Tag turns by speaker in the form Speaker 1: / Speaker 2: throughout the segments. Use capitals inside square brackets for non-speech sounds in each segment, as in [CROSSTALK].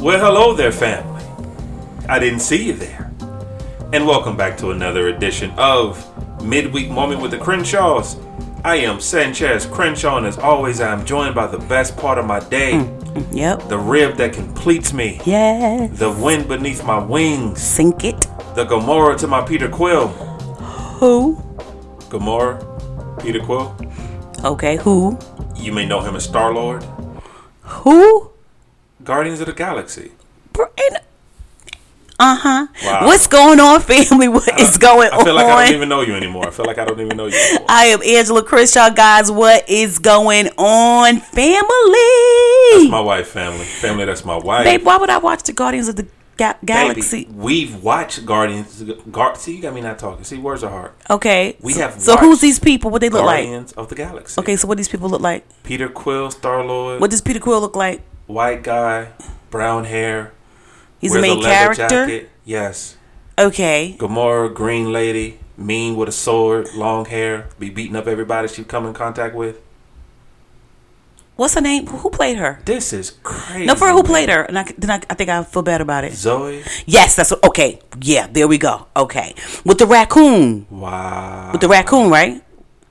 Speaker 1: there, family. I didn't see you there. And welcome back to another edition of Midweek Moment with the Crenshaws. I am Sanchez Crenshaw, and as always, I am joined by the best part of my day
Speaker 2: Yep.
Speaker 1: the rib that completes me,
Speaker 2: Yes.
Speaker 1: the wind beneath my wings,
Speaker 2: Sink it.
Speaker 1: the Gomorrah to my Peter Quill.
Speaker 2: Who?
Speaker 1: Gomorrah, Peter Quill,
Speaker 2: Okay, who?
Speaker 1: you may know him as Star Lord,
Speaker 2: Who?
Speaker 1: Guardians of the Galaxy.
Speaker 2: Uh huh.
Speaker 1: Wow.
Speaker 2: What's going on, family? [LAUGHS] What is going
Speaker 1: I feel
Speaker 2: on?
Speaker 1: like I don't even know you anymore. I feel like I don't even know you anymore.
Speaker 2: I am Angela Crenshaw, guys. What is going on, family?
Speaker 1: That's my wife, family. Family, that's my wife.
Speaker 2: Babe, why would I watch the Guardians of the Ga-
Speaker 1: Baby,
Speaker 2: Galaxy?
Speaker 1: we've watched Guardians. Gar- See, you got me not talking. See, words are hard.
Speaker 2: Okay.
Speaker 1: We
Speaker 2: so,
Speaker 1: have
Speaker 2: So who's
Speaker 1: watched
Speaker 2: these people? What they look like?
Speaker 1: Guardians of the Galaxy.
Speaker 2: Okay, so what these people look like?
Speaker 1: Peter Quill, Star Lord,
Speaker 2: What does Peter Quill look like?
Speaker 1: white guy, brown hair.
Speaker 2: He's
Speaker 1: wears
Speaker 2: the
Speaker 1: a
Speaker 2: main
Speaker 1: leather
Speaker 2: character.
Speaker 1: Jacket. Yes.
Speaker 2: Okay.
Speaker 1: Gamora, green lady, mean with a sword, long hair, be beating up everybody she come in contact with.
Speaker 2: What's her name? Who played her?
Speaker 1: This is crazy.
Speaker 2: No, for who
Speaker 1: man.
Speaker 2: played her? And I, then I, I think I feel bad about it.
Speaker 1: Zoe.
Speaker 2: Yes, that's what, okay. Yeah, there we go. Okay, with the raccoon,
Speaker 1: Wow.
Speaker 2: with the raccoon, right?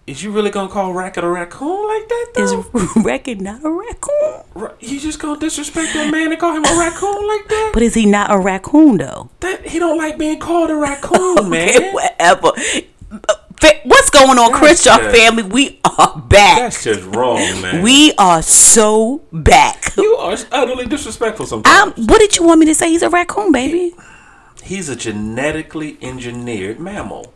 Speaker 1: Is you really gonna call Racket a raccoon like that? Though?
Speaker 2: Is [LAUGHS] Reckon not a raccoon?
Speaker 1: Ra- You just gonna disrespect that man and call him a raccoon like that?
Speaker 2: But is he not a raccoon though?
Speaker 1: That he don't like being called a raccoon,
Speaker 2: [LAUGHS] Okay,
Speaker 1: man.
Speaker 2: whatever. Uh, fa- What's going on,
Speaker 1: That's
Speaker 2: Chris? Y'all
Speaker 1: just-
Speaker 2: family, we are back.
Speaker 1: That's just wrong, man.
Speaker 2: We are so back.
Speaker 1: you are utterly disrespectful
Speaker 2: Um,
Speaker 1: sometimes.
Speaker 2: what did you want me to say? He's a
Speaker 1: [LAUGHS]
Speaker 2: raccoon, baby.
Speaker 1: He's a genetically engineered mammal.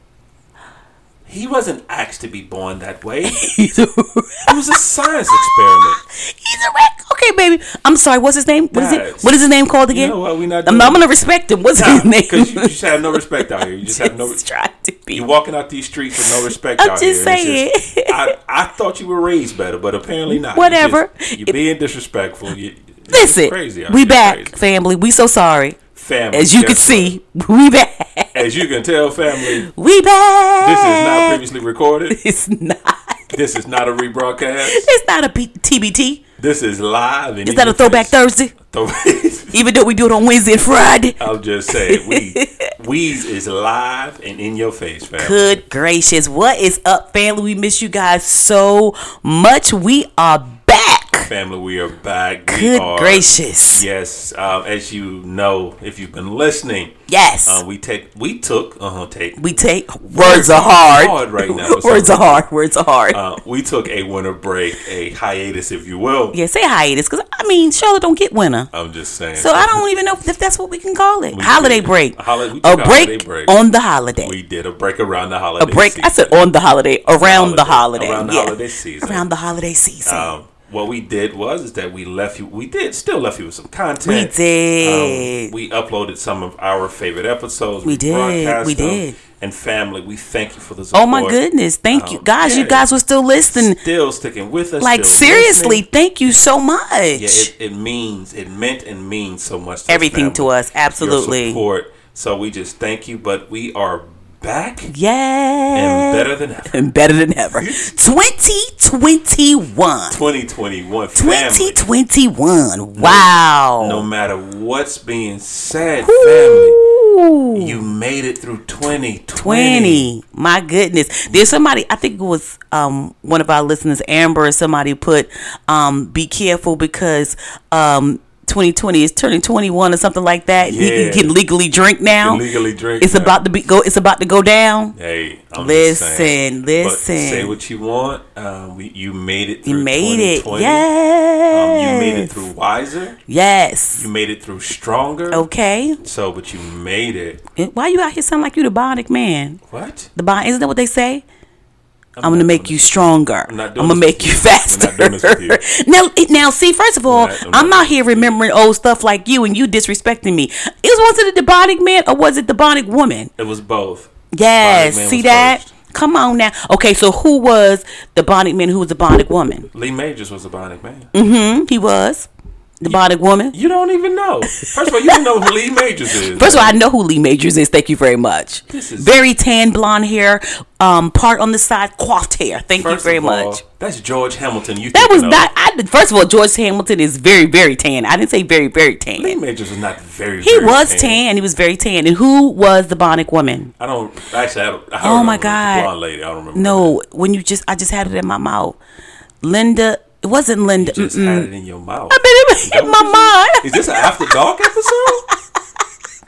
Speaker 1: He wasn't asked to be born that way. It
Speaker 2: He's a,
Speaker 1: was a science experiment.
Speaker 2: he's a raccoon. Okay, baby. I'm sorry. What's his name? What is
Speaker 1: Guys.
Speaker 2: it? What is his name called again?
Speaker 1: know what? We not
Speaker 2: I'm,
Speaker 1: doing
Speaker 2: I'm gonna respect him. What's his name?
Speaker 1: Because you just have no respect out here. You just have no.
Speaker 2: Just trying to be.
Speaker 1: You're walking out these streets with no respect
Speaker 2: I'm
Speaker 1: out
Speaker 2: just
Speaker 1: here. It's just-
Speaker 2: saying.
Speaker 1: I, I thought you were raised better, but apparently not. You
Speaker 2: Whatever.
Speaker 1: just- You're being disrespectful. You, it's
Speaker 2: Listen,
Speaker 1: crazy out
Speaker 2: we
Speaker 1: here.
Speaker 2: back,
Speaker 1: Crazy.
Speaker 2: family. We so sorry.
Speaker 1: Family,
Speaker 2: As you
Speaker 1: guess
Speaker 2: can see, [LAUGHS] we back.
Speaker 1: what? As you can tell, family,
Speaker 2: We
Speaker 1: This is not
Speaker 2: back.
Speaker 1: previously recorded.
Speaker 2: It's not.
Speaker 1: This is not a rebroadcast.
Speaker 2: It's not a P- TBT.
Speaker 1: This is live. And
Speaker 2: Is that a throwback Thursday?
Speaker 1: Thursday?
Speaker 2: Even though we do it on Wednesday and Friday.
Speaker 1: [LAUGHS] I'm just saying, we Weeze is live and in your face, fam.
Speaker 2: Good gracious. What is up, family? We miss you guys so much. We are back.
Speaker 1: Family, we are back. We
Speaker 2: Good
Speaker 1: are,
Speaker 2: gracious.
Speaker 1: Yes, um, as you know, if you've been listening,
Speaker 2: Yes.
Speaker 1: uh, we take we took uh huh take
Speaker 2: we take words are hard. [LAUGHS]
Speaker 1: hard right now. for some
Speaker 2: Words are hard. Words are hard.
Speaker 1: reason. Uh, we took a winter break, a hiatus, if you will.
Speaker 2: yeah, say hiatus. Because, I mean, Charlotte don't get winter.
Speaker 1: I'm just saying.
Speaker 2: So I don't even know if that's what we can call it. holiday
Speaker 1: did.
Speaker 2: break.
Speaker 1: A holi- we
Speaker 2: a
Speaker 1: took a
Speaker 2: break,
Speaker 1: holiday break.
Speaker 2: on the holiday.
Speaker 1: we did a break around the holiday.
Speaker 2: a break. I
Speaker 1: season.
Speaker 2: said on the holiday, around the holiday.
Speaker 1: Around the
Speaker 2: yeah.
Speaker 1: holiday season.
Speaker 2: Around the holiday season.
Speaker 1: Um, what we did was is that we left you. We did still left you with some content.
Speaker 2: we
Speaker 1: Um,
Speaker 2: did.
Speaker 1: we uploaded some of our favorite episodes.
Speaker 2: We did.
Speaker 1: broadcast
Speaker 2: We
Speaker 1: them.
Speaker 2: did.
Speaker 1: And family, we thank you for the support.
Speaker 2: oh my goodness. Thank you.
Speaker 1: um,
Speaker 2: Guys,
Speaker 1: yeah.
Speaker 2: you guys were still listening.
Speaker 1: Still sticking with us.
Speaker 2: Like,
Speaker 1: still
Speaker 2: seriously,
Speaker 1: listening.
Speaker 2: thank you so much.
Speaker 1: Yeah, it, it means it meant and means so much. To
Speaker 2: Everything to us.
Speaker 1: Your
Speaker 2: Absolutely.
Speaker 1: support. So we just thank you, but we are back and
Speaker 2: Yeah.
Speaker 1: better than [LAUGHS] ever.
Speaker 2: And better than ever.
Speaker 1: [LAUGHS]
Speaker 2: 2021.
Speaker 1: 2021 family.
Speaker 2: 2021. Wow.
Speaker 1: No matter what's being said, family.
Speaker 2: Ooh.
Speaker 1: You made it through 2020.
Speaker 2: 20 my goodness there's somebody i think it was um one of our listeners amber or somebody put um be careful because um 2020 is turning 21 or something like that You- you
Speaker 1: Yeah.
Speaker 2: can legally drink now
Speaker 1: Illegally drink.
Speaker 2: it's
Speaker 1: now.
Speaker 2: about to be go it's about to go down
Speaker 1: Hey, I'm just saying.
Speaker 2: listen
Speaker 1: But say
Speaker 2: listen
Speaker 1: what you want. Um, we, you made it
Speaker 2: you
Speaker 1: through
Speaker 2: made it
Speaker 1: 2020. Um,
Speaker 2: yes Oh.
Speaker 1: you made it through wiser.
Speaker 2: yes
Speaker 1: You made it through stronger.
Speaker 2: okay
Speaker 1: So, but you made it.
Speaker 2: And why you out here sound like you the bionic man
Speaker 1: What?
Speaker 2: the bond isn't that what they say I'm, gonna make you stronger. I'm,
Speaker 1: not doing
Speaker 2: gonna
Speaker 1: this
Speaker 2: make
Speaker 1: with
Speaker 2: you
Speaker 1: you.
Speaker 2: faster.
Speaker 1: I'm not doing this
Speaker 2: [LAUGHS] now, it- now, see, first of all,
Speaker 1: I'm not- I'm
Speaker 2: I'm,
Speaker 1: not
Speaker 2: out
Speaker 1: doing
Speaker 2: here remembering old stuff like you, and you disrespecting me. Is was it a demonic man or was it demonic woman?
Speaker 1: It was both.
Speaker 2: Yes,
Speaker 1: Demonic man
Speaker 2: see
Speaker 1: was
Speaker 2: that?
Speaker 1: first.
Speaker 2: Come on now. Okay, so who was the demonic man? Who was the demonic woman? Mm-hmm.
Speaker 1: Lee Majors was a bionic man.
Speaker 2: Hmm, he was. Demonic woman.
Speaker 1: You don't even know. First of all, you don't know who Lee Majors is.
Speaker 2: First of all, I know who Lee Majors is. Thank you very much.
Speaker 1: This is-
Speaker 2: very tan blonde hair, um, part on the side, coiffed hair. Thank you very much.
Speaker 1: That's George Hamilton. You
Speaker 2: That was
Speaker 1: thinking of.
Speaker 2: not. I, did- first of all, George Hamilton is very, very tan. I didn't say very, very tan.
Speaker 1: Lee Majors was not very.
Speaker 2: he
Speaker 1: very
Speaker 2: was tan. He was very tan. And who was the Bonic woman?
Speaker 1: I don't actually. I don't, I don't
Speaker 2: Oh,
Speaker 1: remember.
Speaker 2: my
Speaker 1: The
Speaker 2: God.
Speaker 1: blonde lady. I don't remember.
Speaker 2: No, when you just, I just had it in my mouth. Linda. It wasn't Linda.
Speaker 1: You just
Speaker 2: Mm-mm. [LAUGHS]
Speaker 1: had it in your mouth.
Speaker 2: I made it in my mind.
Speaker 1: Is this an after dark episode? [LAUGHS]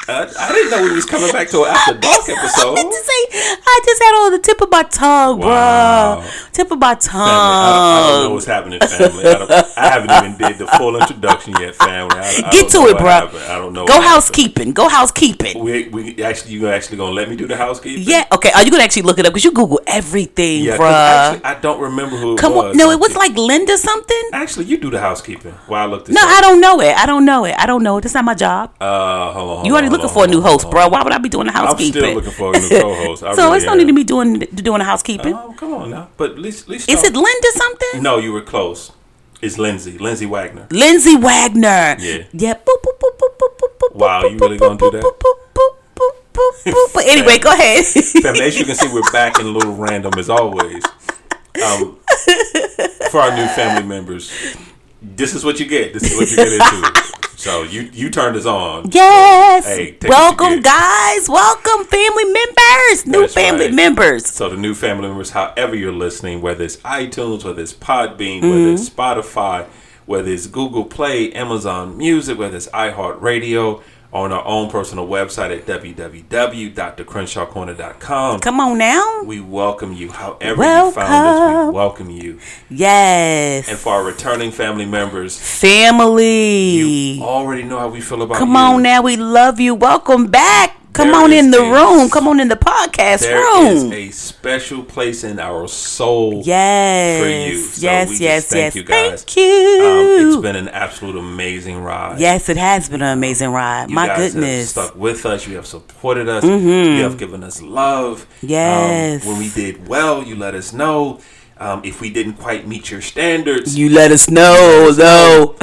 Speaker 1: I, I didn't know we was coming back to an after dark
Speaker 2: [LAUGHS] I meant to
Speaker 1: episode.
Speaker 2: say, I just had all the tip of my tongue,
Speaker 1: Wow.
Speaker 2: bruh. Tip of my
Speaker 1: Family, I, I don't know
Speaker 2: tongue.
Speaker 1: what's happening, family. I, don't, I haven't even did the full introduction yet, family. I, I
Speaker 2: Get
Speaker 1: don't know
Speaker 2: to it,
Speaker 1: what
Speaker 2: bruh.
Speaker 1: happened. I don't know.
Speaker 2: Go
Speaker 1: what
Speaker 2: housekeeping. Go housekeeping.
Speaker 1: happened. We, we actually, you actually gonna let me do the housekeeping?
Speaker 2: Yeah. Okay. Are you gonna actually look it up? Cause you Google everything,
Speaker 1: yeah. 'cause
Speaker 2: bruh.
Speaker 1: Actually, I don't remember who it
Speaker 2: Come
Speaker 1: was.
Speaker 2: on. No, it was like Linda something.
Speaker 1: Actually, you do the housekeeping while I look this
Speaker 2: No,
Speaker 1: up.
Speaker 2: I don't know it. I don't know it. I don't know it. That's not my job.
Speaker 1: Uh, hold on, hold
Speaker 2: You
Speaker 1: on,
Speaker 2: already
Speaker 1: hold
Speaker 2: looking
Speaker 1: on,
Speaker 2: for a new
Speaker 1: hold on,
Speaker 2: host,
Speaker 1: hold
Speaker 2: bro. Why would I be doing the
Speaker 1: on. I'm
Speaker 2: housekeeping?
Speaker 1: still looking for a new co-host. I
Speaker 2: [LAUGHS] so
Speaker 1: really
Speaker 2: it's no need
Speaker 1: am.
Speaker 2: to be doing doing the housekeeping.
Speaker 1: Oh, come on now, but at least, at least
Speaker 2: Is
Speaker 1: y'all-
Speaker 2: it Linda something?
Speaker 1: No, you were close. It's Lindsay, Lindsay Wagner.
Speaker 2: Lindsay Wagner.
Speaker 1: Mm-hmm. Yeah.
Speaker 2: Yeah. Boop, boop, boop, boop, boop, boop, boop,
Speaker 1: Wow,
Speaker 2: boop,
Speaker 1: you really gonna
Speaker 2: boop,
Speaker 1: do
Speaker 2: boop,
Speaker 1: that?
Speaker 2: boop, boop, boop, boop, boop, boop. But anyway, go ahead.
Speaker 1: Family, as you can see, we're back in a little random as always. Um, for our new family members, this is what you get. This is what you get into. So you you turned us on.
Speaker 2: [LAUGHS] yes.
Speaker 1: Hey, take what you
Speaker 2: Welcome,
Speaker 1: get.
Speaker 2: guys. Welcome, family members. New
Speaker 1: That's
Speaker 2: family
Speaker 1: right.
Speaker 2: members.
Speaker 1: So the new family members, however you're listening, whether it's iTunes, whether it's Podbean, whether it's
Speaker 2: Mm-hmm.
Speaker 1: Spotify, whether it's Google Play, Amazon Music, whether it's iHeartRadio, on our own personal website at www.drcrenshawcorner.com.
Speaker 2: Come on now.
Speaker 1: We welcome you. However you found us, we
Speaker 2: Welcome.
Speaker 1: welcome you.
Speaker 2: Yes.
Speaker 1: And for our returning family members,
Speaker 2: family.
Speaker 1: you already know how we feel about
Speaker 2: Come
Speaker 1: you.
Speaker 2: on now, we love you. Welcome back. Come
Speaker 1: There
Speaker 2: on in
Speaker 1: is
Speaker 2: the
Speaker 1: a-
Speaker 2: room. Come on in the podcast
Speaker 1: There is
Speaker 2: room.
Speaker 1: a special place in our soul.
Speaker 2: yes.
Speaker 1: you. So
Speaker 2: yes,
Speaker 1: we just
Speaker 2: yes,
Speaker 1: thank
Speaker 2: yes.
Speaker 1: you guys.
Speaker 2: Thank you.
Speaker 1: Um, it's been an absolute amazing ride.
Speaker 2: yes, it has been an amazing ride.
Speaker 1: You
Speaker 2: My
Speaker 1: guys have
Speaker 2: goodness. Mm-hmm.
Speaker 1: stuck with us. You have supported us. You have given us love. Um,
Speaker 2: Yes.
Speaker 1: when we did well, you let us know. Um, if we didn't quite meet your standards,
Speaker 2: You let us know, though.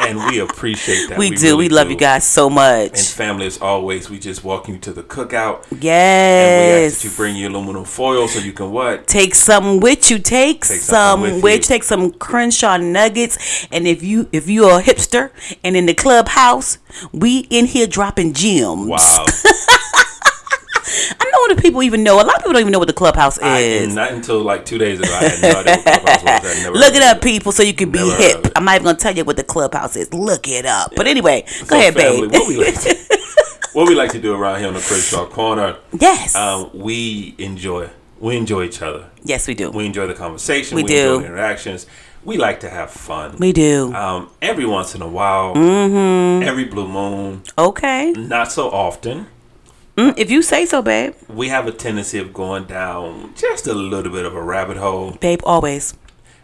Speaker 1: and we appreciate that.
Speaker 2: We, do.
Speaker 1: really
Speaker 2: we love
Speaker 1: do.
Speaker 2: you guys so
Speaker 1: And
Speaker 2: much.
Speaker 1: family, as always, we just welcome you to the cookout. And we ask
Speaker 2: yes.
Speaker 1: that you bring your aluminum foil so you can what?
Speaker 2: Take some with you. Take,
Speaker 1: Take
Speaker 2: some
Speaker 1: something
Speaker 2: with,
Speaker 1: with
Speaker 2: you.
Speaker 1: you.
Speaker 2: Take some Crenshaw nuggets. And if you if you are a hipster and in the clubhouse, we in here dropping gems.
Speaker 1: Wow.
Speaker 2: I know what the people even know. A lot of people don't even know what the clubhouse
Speaker 1: I,
Speaker 2: is.
Speaker 1: not until like two days ago. I had no idea what Clubhouse was. I never
Speaker 2: Look it
Speaker 1: heard
Speaker 2: up,
Speaker 1: of
Speaker 2: people, so you can be
Speaker 1: Never heard of
Speaker 2: hip.
Speaker 1: it.
Speaker 2: I'm not even gonna tell you what the clubhouse is. Look it up. But anyway, go
Speaker 1: So,
Speaker 2: ahead,
Speaker 1: family,
Speaker 2: babe.
Speaker 1: What we, like to, what we like to do around here on the Crenshaw Corner,
Speaker 2: [LAUGHS] yes,
Speaker 1: um, we enjoy we enjoy each other.
Speaker 2: yes, we do. We,
Speaker 1: We enjoy the conversation.
Speaker 2: We
Speaker 1: enjoy
Speaker 2: do.
Speaker 1: the interactions. We like to have fun.
Speaker 2: do. Mm-hmm.
Speaker 1: um, every once in a while, every blue moon,
Speaker 2: okay,
Speaker 1: not so often. Mm-hmm.
Speaker 2: Mm, if you say so, babe.
Speaker 1: We have a tendency of going down just a little bit of a rabbit hole.
Speaker 2: Babe, always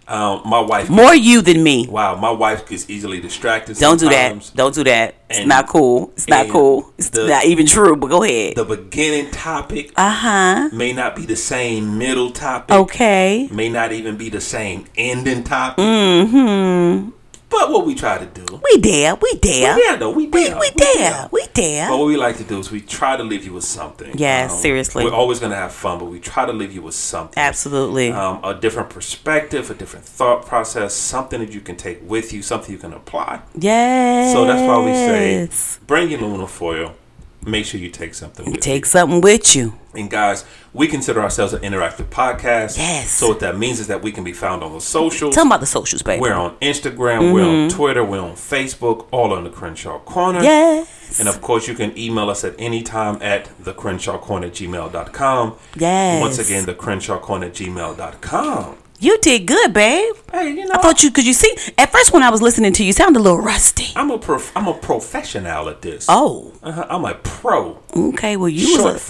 Speaker 1: Um, my wife,
Speaker 2: more you than me.
Speaker 1: wow, my wife is easily distracted.
Speaker 2: Don't do
Speaker 1: sometimes.
Speaker 2: that. Don't do that. It's
Speaker 1: And-
Speaker 2: not cool. It's not
Speaker 1: and
Speaker 2: cool. It's
Speaker 1: the-
Speaker 2: not even true. But go ahead.
Speaker 1: The beginning topic
Speaker 2: Uh huh.
Speaker 1: may not be the same middle topic.
Speaker 2: Oh. Okay.
Speaker 1: May not even be the same ending topic. Mm-hmm. But what we try to do,
Speaker 2: We there. We there.
Speaker 1: yeah, though we Oh.
Speaker 2: We
Speaker 1: dare,
Speaker 2: we there. We there.
Speaker 1: But what we like to do is we try to leave you with something. Um,
Speaker 2: Yeah, seriously.
Speaker 1: We're always gonna have fun, but we try to leave you with something.
Speaker 2: Absolutely.
Speaker 1: Um, a different perspective, a different thought process, something that you can take with you, something you can apply.
Speaker 2: Yes.
Speaker 1: So that's why we say, bring your aluminum foil. Make sure you take something. With you.
Speaker 2: Take something with you.
Speaker 1: And guys, we consider ourselves an interactive podcast.
Speaker 2: Yes.
Speaker 1: So what that means is that we can be found on the socials.
Speaker 2: Tell 'em about the socials, baby.
Speaker 1: We're on Instagram, we're on Twitter, we're on Facebook, all on the Crenshaw Corner.
Speaker 2: Yes.
Speaker 1: And of course, you can email us at any time at the Crenshaw Corner gmail.com.
Speaker 2: Yes.
Speaker 1: Once again, the Crenshaw Corner gmail.com.
Speaker 2: You did good, babe.
Speaker 1: Hey, you know,
Speaker 2: I thought you, cause you see, at first when I was listening to you, you sounded a little rusty.
Speaker 1: I'm a prof- I'm a professional at this.
Speaker 2: Oh,
Speaker 1: Uh-huh, I'm a pro,
Speaker 2: okay. Well, you
Speaker 1: short
Speaker 2: was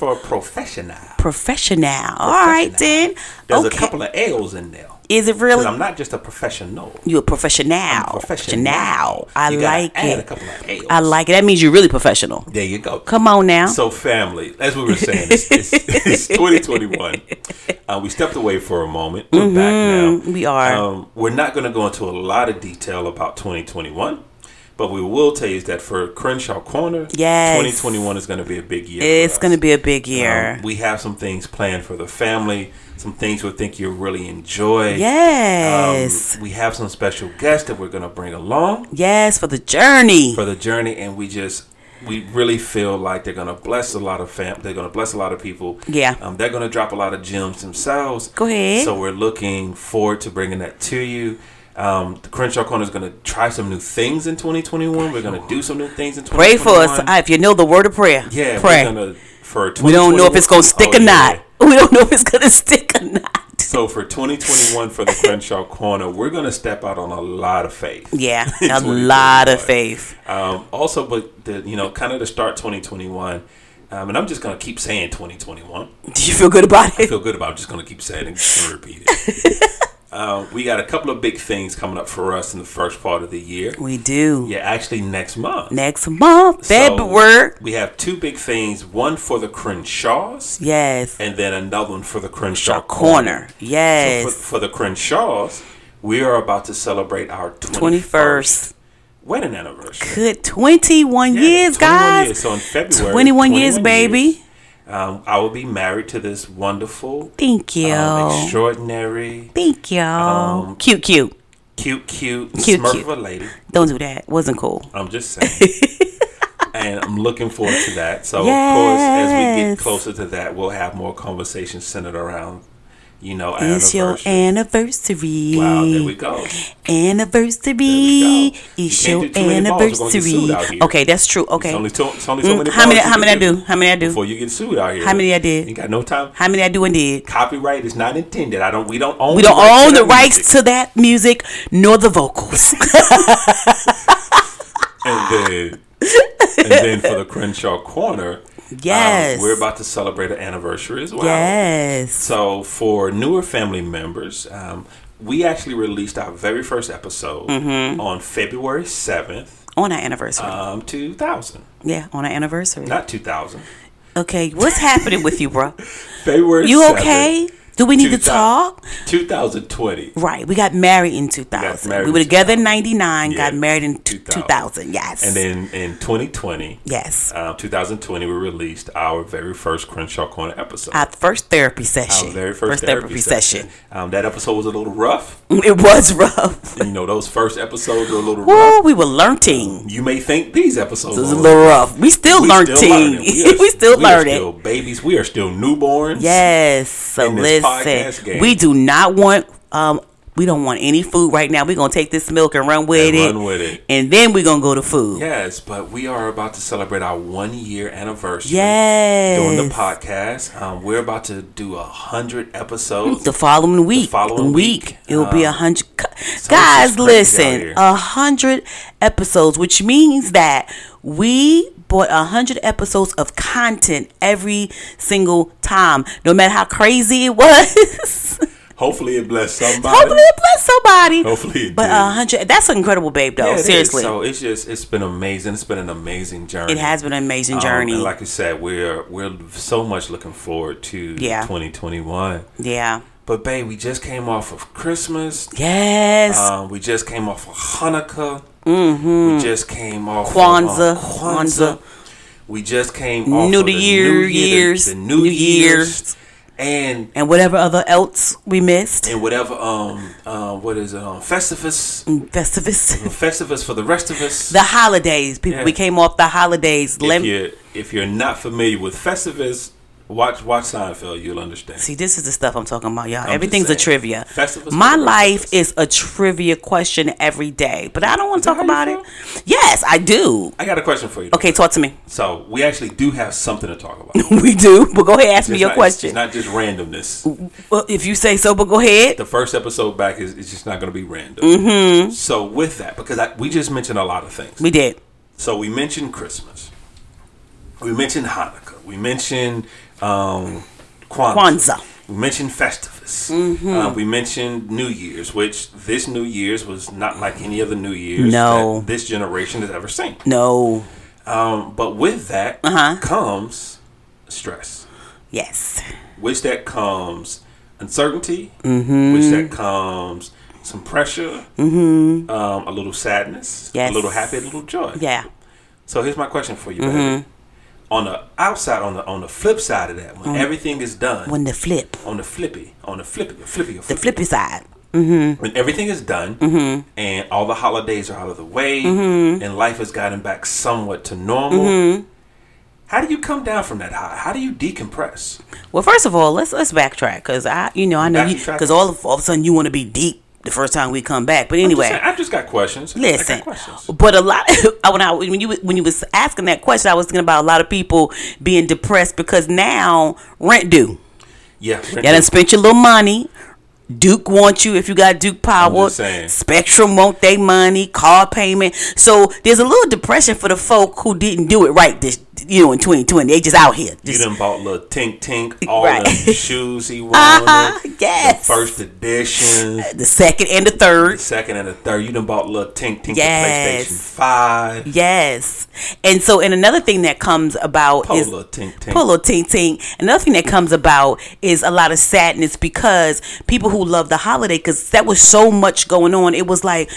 Speaker 2: Is it really?
Speaker 1: 'Cause I'm not just a professional.
Speaker 2: you a professional.
Speaker 1: Professional.
Speaker 2: I
Speaker 1: You gotta
Speaker 2: like
Speaker 1: add a
Speaker 2: it.
Speaker 1: couple of L's.
Speaker 2: I like it. That means you're really professional.
Speaker 1: There you go.
Speaker 2: Come on now.
Speaker 1: So, family, as we were saying, it's,
Speaker 2: [LAUGHS]
Speaker 1: it's, it's 2021. Uh, we stepped away for a moment. We're back now.
Speaker 2: Mm-hmm. we are.
Speaker 1: Um, we're not going to go into a lot of detail about 2021, but we will tell you that for Crenshaw Corner,
Speaker 2: Yes.
Speaker 1: 2021 is going to be a big year. for
Speaker 2: it's
Speaker 1: us.
Speaker 2: gonna be a big
Speaker 1: Um,
Speaker 2: year.
Speaker 1: we have some things planned for the family, some things we think you'll really enjoy. Um,
Speaker 2: yes.
Speaker 1: we have some special guests that we're going to bring along.
Speaker 2: yes, for the journey.
Speaker 1: for the journey, and we just we really feel like they're gonna bless a lot of fam. They're gonna bless a lot of people.
Speaker 2: Yeah.
Speaker 1: um, they're gonna drop a lot of gems themselves.
Speaker 2: Go ahead.
Speaker 1: So we're looking forward to bringing that to you. Um, the Crenshaw Corner is gonna try some new things in 2021. We're gonna do some new things in 2021.
Speaker 2: Pray for us. Ah, if you know the word of prayer,
Speaker 1: yeah,
Speaker 2: pray.
Speaker 1: We're gonna, for
Speaker 2: we don't know if it's
Speaker 1: 2021
Speaker 2: gonna stick
Speaker 1: oh,
Speaker 2: or not.
Speaker 1: yeah.
Speaker 2: [LAUGHS] We don't know if it's gonna stick or not.
Speaker 1: So for 2021 for the Crenshaw Corner, we're gonna step out on a lot of faith.
Speaker 2: [LAUGHS] Yeah,
Speaker 1: It's
Speaker 2: a
Speaker 1: what it
Speaker 2: lot
Speaker 1: is,
Speaker 2: of
Speaker 1: boy.
Speaker 2: faith.
Speaker 1: Um, also, but the you know, kind of to start 2021, um, and I'm just gonna keep saying 2021.
Speaker 2: Do you feel good about
Speaker 1: I
Speaker 2: it?
Speaker 1: feel good about. it. I'm just gonna keep saying it, and just gonna repeat it.
Speaker 2: [LAUGHS]
Speaker 1: um, we got a couple of big things coming up for us in the first part of the year.
Speaker 2: We do.
Speaker 1: Yeah, actually next month,
Speaker 2: Next month,
Speaker 1: So,
Speaker 2: February.
Speaker 1: we have two big things. One for the Crenshaws,
Speaker 2: Yes.
Speaker 1: and then another one for the Crenshaw
Speaker 2: Our corner. Yes.
Speaker 1: For, for the Crenshaws, we are about to celebrate our
Speaker 2: 21st.
Speaker 1: 21st wedding anniversary.
Speaker 2: Good. 21
Speaker 1: Yeah,
Speaker 2: years,
Speaker 1: 21
Speaker 2: guys.
Speaker 1: years. So in February,
Speaker 2: 21 years, baby.
Speaker 1: um, I will be married to this wonderful,
Speaker 2: Thank you.
Speaker 1: um, extraordinary,
Speaker 2: Thank y'all.
Speaker 1: Um,
Speaker 2: cute, cute.
Speaker 1: cute, cute,
Speaker 2: Cute,
Speaker 1: smurf
Speaker 2: cute.
Speaker 1: of a lady.
Speaker 2: Don't do that. Wasn't cool.
Speaker 1: I'm just
Speaker 2: [LAUGHS]
Speaker 1: saying. and I'm looking forward to that. So, of course, as we get
Speaker 2: Yes.
Speaker 1: closer to that, we'll have more conversations centered around, you know,
Speaker 2: It's your
Speaker 1: anniversary.
Speaker 2: anniversary.
Speaker 1: Wow, there we go. There
Speaker 2: Anniversary.
Speaker 1: we go.
Speaker 2: It's
Speaker 1: You
Speaker 2: your
Speaker 1: can't do too many balls, we're gonna get sued
Speaker 2: anniversary.
Speaker 1: out here.
Speaker 2: Okay, that's true. Okay. Mm,
Speaker 1: It's only, to, it's only so many.
Speaker 2: How
Speaker 1: balls
Speaker 2: many?
Speaker 1: you
Speaker 2: How
Speaker 1: can
Speaker 2: many I do? How many I do?
Speaker 1: before you get sued out here?
Speaker 2: How many I did?
Speaker 1: You got no time.
Speaker 2: How many I do and did?
Speaker 1: Copyright is not intended. I don't. We don't own.
Speaker 2: We don't
Speaker 1: rights to
Speaker 2: own the
Speaker 1: that music.
Speaker 2: rights to that music nor
Speaker 1: [LAUGHS]
Speaker 2: the vocals.
Speaker 1: and then and then for the Crenshaw Corner, um,
Speaker 2: Yes.
Speaker 1: we're about to celebrate an anniversary as well.
Speaker 2: yes.
Speaker 1: So for newer family members, um, we actually released our very first episode
Speaker 2: Mm-hmm.
Speaker 1: on February seventh,
Speaker 2: On our anniversary.
Speaker 1: um, two thousand,
Speaker 2: yeah, on our anniversary.
Speaker 1: not two thousand.
Speaker 2: okay, what's happening with
Speaker 1: [LAUGHS]
Speaker 2: you, bro?
Speaker 1: February.
Speaker 2: You okay? Do we need to talk?
Speaker 1: Two thousand twenty.
Speaker 2: Right. We got married in 2000.
Speaker 1: married
Speaker 2: we were
Speaker 1: in
Speaker 2: together in 99, got
Speaker 1: Yeah.
Speaker 2: married in t-
Speaker 1: 2000.
Speaker 2: 2000. Yes.
Speaker 1: And then in 2020,
Speaker 2: yes.
Speaker 1: um, 2020, we released our very first Crenshaw Corner episode.
Speaker 2: Our first therapy
Speaker 1: our
Speaker 2: session.
Speaker 1: very first, therapy, session. Um, that episode was a little rough.
Speaker 2: It was rough.
Speaker 1: you know, those first episodes were a little rough.
Speaker 2: Woo, we were learning.
Speaker 1: You may think these episodes
Speaker 2: It was
Speaker 1: are
Speaker 2: a little rough. We still
Speaker 1: We
Speaker 2: learning.
Speaker 1: still learning.
Speaker 2: [LAUGHS] We, still
Speaker 1: we are
Speaker 2: learning.
Speaker 1: still babies. We are still newborns.
Speaker 2: Yes. So
Speaker 1: in this podcast
Speaker 2: listen,
Speaker 1: game.
Speaker 2: we do not want um we don't want any food right now. We're gonna take this milk and run with
Speaker 1: And
Speaker 2: it.
Speaker 1: run with it.
Speaker 2: And then we're gonna go to food.
Speaker 1: Yes, but we are about to celebrate our one year anniversary.
Speaker 2: Yes.
Speaker 1: Doing the podcast. Um, we're about to do a hundred episodes.
Speaker 2: [LAUGHS] The following week.
Speaker 1: following
Speaker 2: week.
Speaker 1: week.
Speaker 2: It'll be a
Speaker 1: Um,
Speaker 2: hundred
Speaker 1: just
Speaker 2: guys,
Speaker 1: crazy out
Speaker 2: listen,
Speaker 1: here.
Speaker 2: a hundred episodes, which means that we bought a hundred episodes of content every single time. No matter how crazy it was. [LAUGHS]
Speaker 1: Hopefully it blessed somebody.
Speaker 2: Hopefully it blessed somebody.
Speaker 1: Hopefully it
Speaker 2: But
Speaker 1: did.
Speaker 2: a hundred that's incredible, babe though.
Speaker 1: Yeah, it is.
Speaker 2: Seriously.
Speaker 1: So it's just it's been amazing. It's been an amazing journey.
Speaker 2: It has been an amazing
Speaker 1: Um,
Speaker 2: journey.
Speaker 1: and like I said, we're we're so much looking forward to
Speaker 2: Yeah.
Speaker 1: 2021.
Speaker 2: yeah.
Speaker 1: But babe, we just came off of Christmas.
Speaker 2: Yes. Mm-hmm.
Speaker 1: Um, we just came off of Hanukkah. We just came off of, uh,
Speaker 2: Kwanzaa.
Speaker 1: Kwanzaa.
Speaker 2: Kwanzaa.
Speaker 1: We just came off
Speaker 2: New
Speaker 1: of the
Speaker 2: Year,
Speaker 1: New Year,
Speaker 2: years,
Speaker 1: the, the New,
Speaker 2: New
Speaker 1: Year's,
Speaker 2: Years.
Speaker 1: and
Speaker 2: and whatever other else we missed.
Speaker 1: and whatever um um what is it um Festivus
Speaker 2: Mm-hmm. Festivus. [LAUGHS]
Speaker 1: Festivus for the rest of us.
Speaker 2: The holidays. People we
Speaker 1: Yeah.
Speaker 2: came off the holidays. Let
Speaker 1: if
Speaker 2: me
Speaker 1: you if you're not familiar with Festivus, watch watch Seinfeld. You'll understand.
Speaker 2: see this is the stuff I'm talking about, y'all.
Speaker 1: just
Speaker 2: Everything's
Speaker 1: saying.
Speaker 2: a trivia.
Speaker 1: Festivus
Speaker 2: My
Speaker 1: for the
Speaker 2: life
Speaker 1: Festivus.
Speaker 2: is a trivia question every day. But I don't want to
Speaker 1: that
Speaker 2: talk
Speaker 1: how
Speaker 2: about
Speaker 1: you
Speaker 2: it. Yes, I do.
Speaker 1: I got a question for you.
Speaker 2: Okay, talk to me. [LAUGHS]
Speaker 1: So we actually do have something to talk about. It's
Speaker 2: We do. But go ahead, ask me
Speaker 1: not-
Speaker 2: your
Speaker 1: it's-
Speaker 2: question.
Speaker 1: It's not just randomness.
Speaker 2: well, if you say so, but go ahead.
Speaker 1: the first episode back is it's just not going to be random.
Speaker 2: Mm-hmm.
Speaker 1: So with that, because I, we just mentioned a lot of things.
Speaker 2: we did.
Speaker 1: So we mentioned Christmas, we mentioned Hanukkah, we mentioned um, Kwanzaa.
Speaker 2: Kwanzaa. Mm-hmm.
Speaker 1: We mentioned Festivus. Uh, we mentioned New Year's, which this New Year's was not like any other New Year's
Speaker 2: No.
Speaker 1: that this generation has ever seen.
Speaker 2: No.
Speaker 1: Um, but with that
Speaker 2: Uh-huh.
Speaker 1: comes stress,
Speaker 2: Yes.
Speaker 1: which that comes uncertainty,
Speaker 2: Mm-hmm.
Speaker 1: which that comes some pressure, um, a little sadness,
Speaker 2: Mm-hmm. Yes.
Speaker 1: a little happy, a little joy.
Speaker 2: Yeah. Mm-hmm.
Speaker 1: So here's my question for you, baby. On the outside, on the on the flip side of that, when everything is done,
Speaker 2: When the flip,
Speaker 1: on the flippy, on the flippy, flippy,
Speaker 2: the Mm-hmm.
Speaker 1: flippy,
Speaker 2: flippy side.
Speaker 1: when everything is done and all the holidays are out of the way
Speaker 2: Mm-hmm.
Speaker 1: and life has gotten back somewhat to normal, how do you come down from that high? How do you decompress?
Speaker 2: Well, first of all, let's let's backtrack because I, you know, I know you
Speaker 1: Backtrack.
Speaker 2: because all of, all of a sudden you want to be deep the first time we come back. But anyway,
Speaker 1: Just saying, I just got questions. I
Speaker 2: Listen,
Speaker 1: got questions.
Speaker 2: but a lot [LAUGHS] when I when you when you was asking that question, I was thinking about a lot of people being depressed because now rent due.
Speaker 1: Yeah,
Speaker 2: You done spent your little money. Duke wants you if you got Duke power.
Speaker 1: just saying.
Speaker 2: Spectrum want they money, car payment. So there's a little depression for the folk who didn't do it right this you know in 2020. They just out here.
Speaker 1: you
Speaker 2: Just,
Speaker 1: done bought little tink tink, all
Speaker 2: Right. [LAUGHS]
Speaker 1: them shoes he wanted.
Speaker 2: Uh-huh, yes.
Speaker 1: The first edition,
Speaker 2: the second and the third.
Speaker 1: second and the third. You done bought little tink tink,
Speaker 2: Yes.
Speaker 1: the PlayStation 5.
Speaker 2: Yes. And so, and another thing that comes about
Speaker 1: Pull
Speaker 2: is
Speaker 1: a tink tink.
Speaker 2: Pull a tink tink. Another thing that comes about is a lot of sadness because people who love the holiday, because that was so much going on. It was like,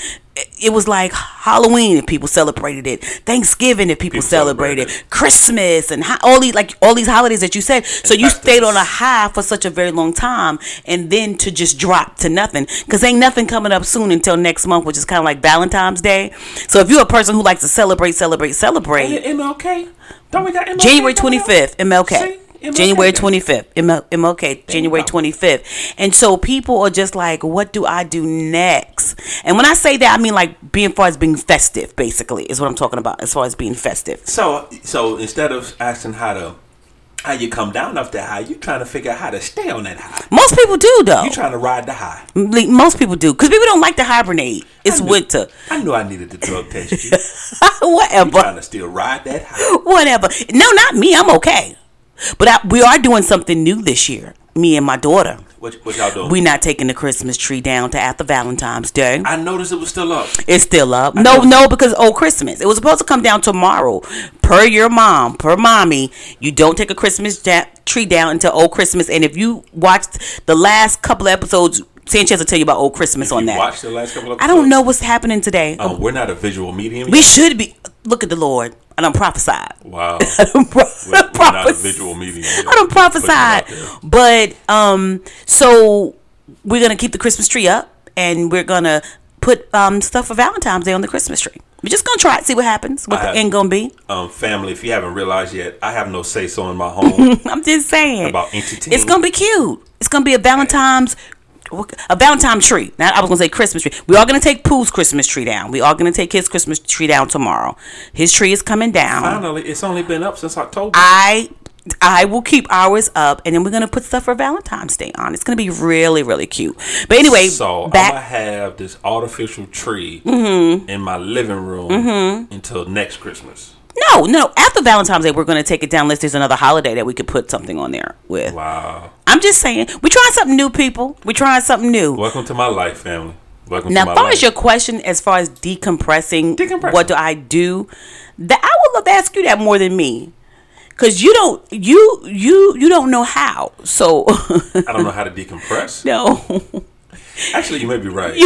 Speaker 2: it was like Halloween if people celebrated it, Thanksgiving if people,
Speaker 1: People
Speaker 2: celebrated,
Speaker 1: celebrated
Speaker 2: it, Christmas and ho- all these like all these holidays that you said. So you
Speaker 1: festivals.
Speaker 2: stayed on a high for such a very long time, and then to just drop to nothing because ain't nothing coming up soon until next month, which is kind of like Valentine's Day. So if you're a person who likes to celebrate, celebrate, celebrate,
Speaker 1: And MLK? Don't we got MLK?
Speaker 2: January
Speaker 1: coming up?
Speaker 2: 25th, MLK.
Speaker 1: See? MLK
Speaker 2: January
Speaker 1: Day.
Speaker 2: 25th, ML- MLK, January
Speaker 1: go.
Speaker 2: 25th. And so people are just like, what do I do next? And when I say that, I mean like being far as being festive, basically, is what I'm talking about as far as being festive.
Speaker 1: So so instead of asking how to how you come down off that high, you trying to figure out how to stay on that high.
Speaker 2: Most people do, though.
Speaker 1: You trying to ride the high.
Speaker 2: Like, Most people do. Because people don't like to hibernate. It's
Speaker 1: knew-
Speaker 2: winter. [LAUGHS]
Speaker 1: I knew I needed to drug test you.
Speaker 2: Whatever.
Speaker 1: trying to still ride that high.
Speaker 2: Whatever. No, not me. I'm okay. But I, we are doing something new this year, me and my daughter.
Speaker 1: What, what y'all doing?
Speaker 2: We're not taking the Christmas tree down to after Valentine's Day.
Speaker 1: I noticed it was still up.
Speaker 2: It's still up. No, no, because oh, Christmas. It was supposed to come down tomorrow. Per your mom, per mommy, you don't take a Christmas da- tree down until old Christmas. And if you watched the last couple of episodes, Sanchez will tell you about old Christmas on
Speaker 1: you
Speaker 2: that.
Speaker 1: watched the last couple of
Speaker 2: I don't know what's happening today.
Speaker 1: Um, we're not a visual medium.
Speaker 2: we
Speaker 1: yet.
Speaker 2: should be. Look at the Lord. I don't prophesy. [LAUGHS]
Speaker 1: wow.
Speaker 2: I'm pro-
Speaker 1: We're, we're
Speaker 2: I'm
Speaker 1: not a
Speaker 2: prophes-
Speaker 1: visual medium.
Speaker 2: I don't prophesy. But um, so we're gonna keep the Christmas tree up, and we're gonna put um stuff for Valentine's Day on the Christmas tree. We're just gonna try it, see what happens. What
Speaker 1: I
Speaker 2: the
Speaker 1: have-
Speaker 2: end gonna be? [LAUGHS]
Speaker 1: Um, family, if you haven't realized yet, I have no say so in my
Speaker 2: [LAUGHS]
Speaker 1: home.
Speaker 2: I'm just saying.
Speaker 1: About entity.
Speaker 2: It's gonna be cute. It's gonna be a Valentine's. A Valentine tree. Now I was gonna say Christmas tree. We are gonna take Pooh's Christmas tree down. We are gonna take his Christmas tree down tomorrow. His tree is coming down.
Speaker 1: Finally, it's only been up since October.
Speaker 2: I I will keep ours up, and then we're gonna put stuff for Valentine's Day on. It's gonna be really, really cute. But anyway,
Speaker 1: So I'm gonna
Speaker 2: back. Mm-hmm.
Speaker 1: have this artificial tree in my living room until next Christmas.
Speaker 2: No, no. After Valentine's Day, we're gonna take it down. Unless there's another holiday that we could put something on there with.
Speaker 1: Wow!
Speaker 2: I'm just saying, we're trying something new, people. We're trying something new.
Speaker 1: Welcome to my life, family. Welcome
Speaker 2: now,
Speaker 1: to my
Speaker 2: as far
Speaker 1: life.
Speaker 2: as your question, as far as decompressing,
Speaker 1: Decompressing.
Speaker 2: what do I do? That I would love to ask you that more than me, because you don't, you, you, you don't know how. So, [LAUGHS]
Speaker 1: I don't know how to decompress.
Speaker 2: no.
Speaker 1: Actually, you may be
Speaker 2: [LAUGHS]
Speaker 1: right. [LAUGHS] you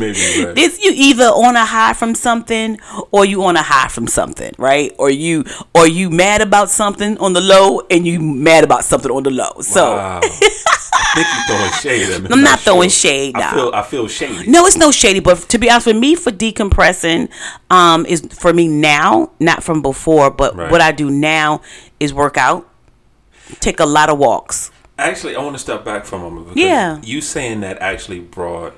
Speaker 1: may be right.
Speaker 2: This you either on a high from something or you on a high from something, right? Or you or you mad about something on the low and you mad about something on the low. So [LAUGHS]
Speaker 1: Wow. I think you're throwing shade at me.
Speaker 2: I'm not throwing
Speaker 1: sure.
Speaker 2: shade,
Speaker 1: I
Speaker 2: nah.
Speaker 1: feel I feel shady.
Speaker 2: no, it's no shady, but to be honest, for me, for decompressing, um, is for me now, not from before, but
Speaker 1: Right.
Speaker 2: what I do now is work out, take a lot of walks.
Speaker 1: Actually, I want to step back for a moment because
Speaker 2: Yeah.
Speaker 1: you saying that actually brought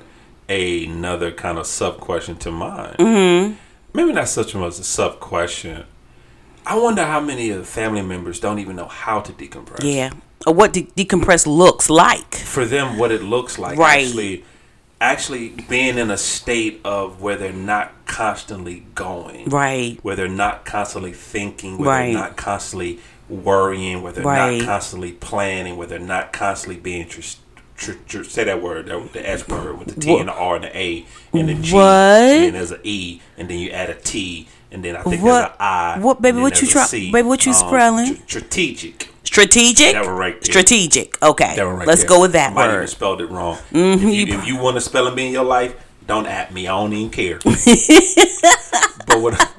Speaker 1: another kind of sub question to mind.
Speaker 2: Mm-hmm.
Speaker 1: Maybe not such much as a sub question. I wonder how many of the family members don't even know how to decompress.
Speaker 2: Yeah, or what de- decompress looks like.
Speaker 1: For them, what it looks like
Speaker 2: Right.
Speaker 1: actually, actually being in a state of where they're not constantly going,
Speaker 2: Right.
Speaker 1: where they're not constantly thinking, where
Speaker 2: Right.
Speaker 1: they're not constantly worrying, where they're
Speaker 2: Right.
Speaker 1: not constantly planning, where they're not constantly being tr- tr- tr- say that word, that- the S word with the T and the R and the A and the G,
Speaker 2: What?
Speaker 1: and then there's an E, and then you add a T, and then I think there's
Speaker 2: What-
Speaker 1: an I.
Speaker 2: what- baby,
Speaker 1: and then
Speaker 2: what you
Speaker 1: there's a Um,
Speaker 2: try- baby, what you spelling?
Speaker 1: tr- strategic.
Speaker 2: Strategic.
Speaker 1: That one right there.
Speaker 2: Strategic. Okay.
Speaker 1: That one right
Speaker 2: Let's
Speaker 1: there.
Speaker 2: go with that
Speaker 1: Might even
Speaker 2: word. Mm-hmm.
Speaker 1: spelled it wrong. If, you, if you want to spell me in your life, don't at me. I don't even
Speaker 2: [LAUGHS]
Speaker 1: care. but what?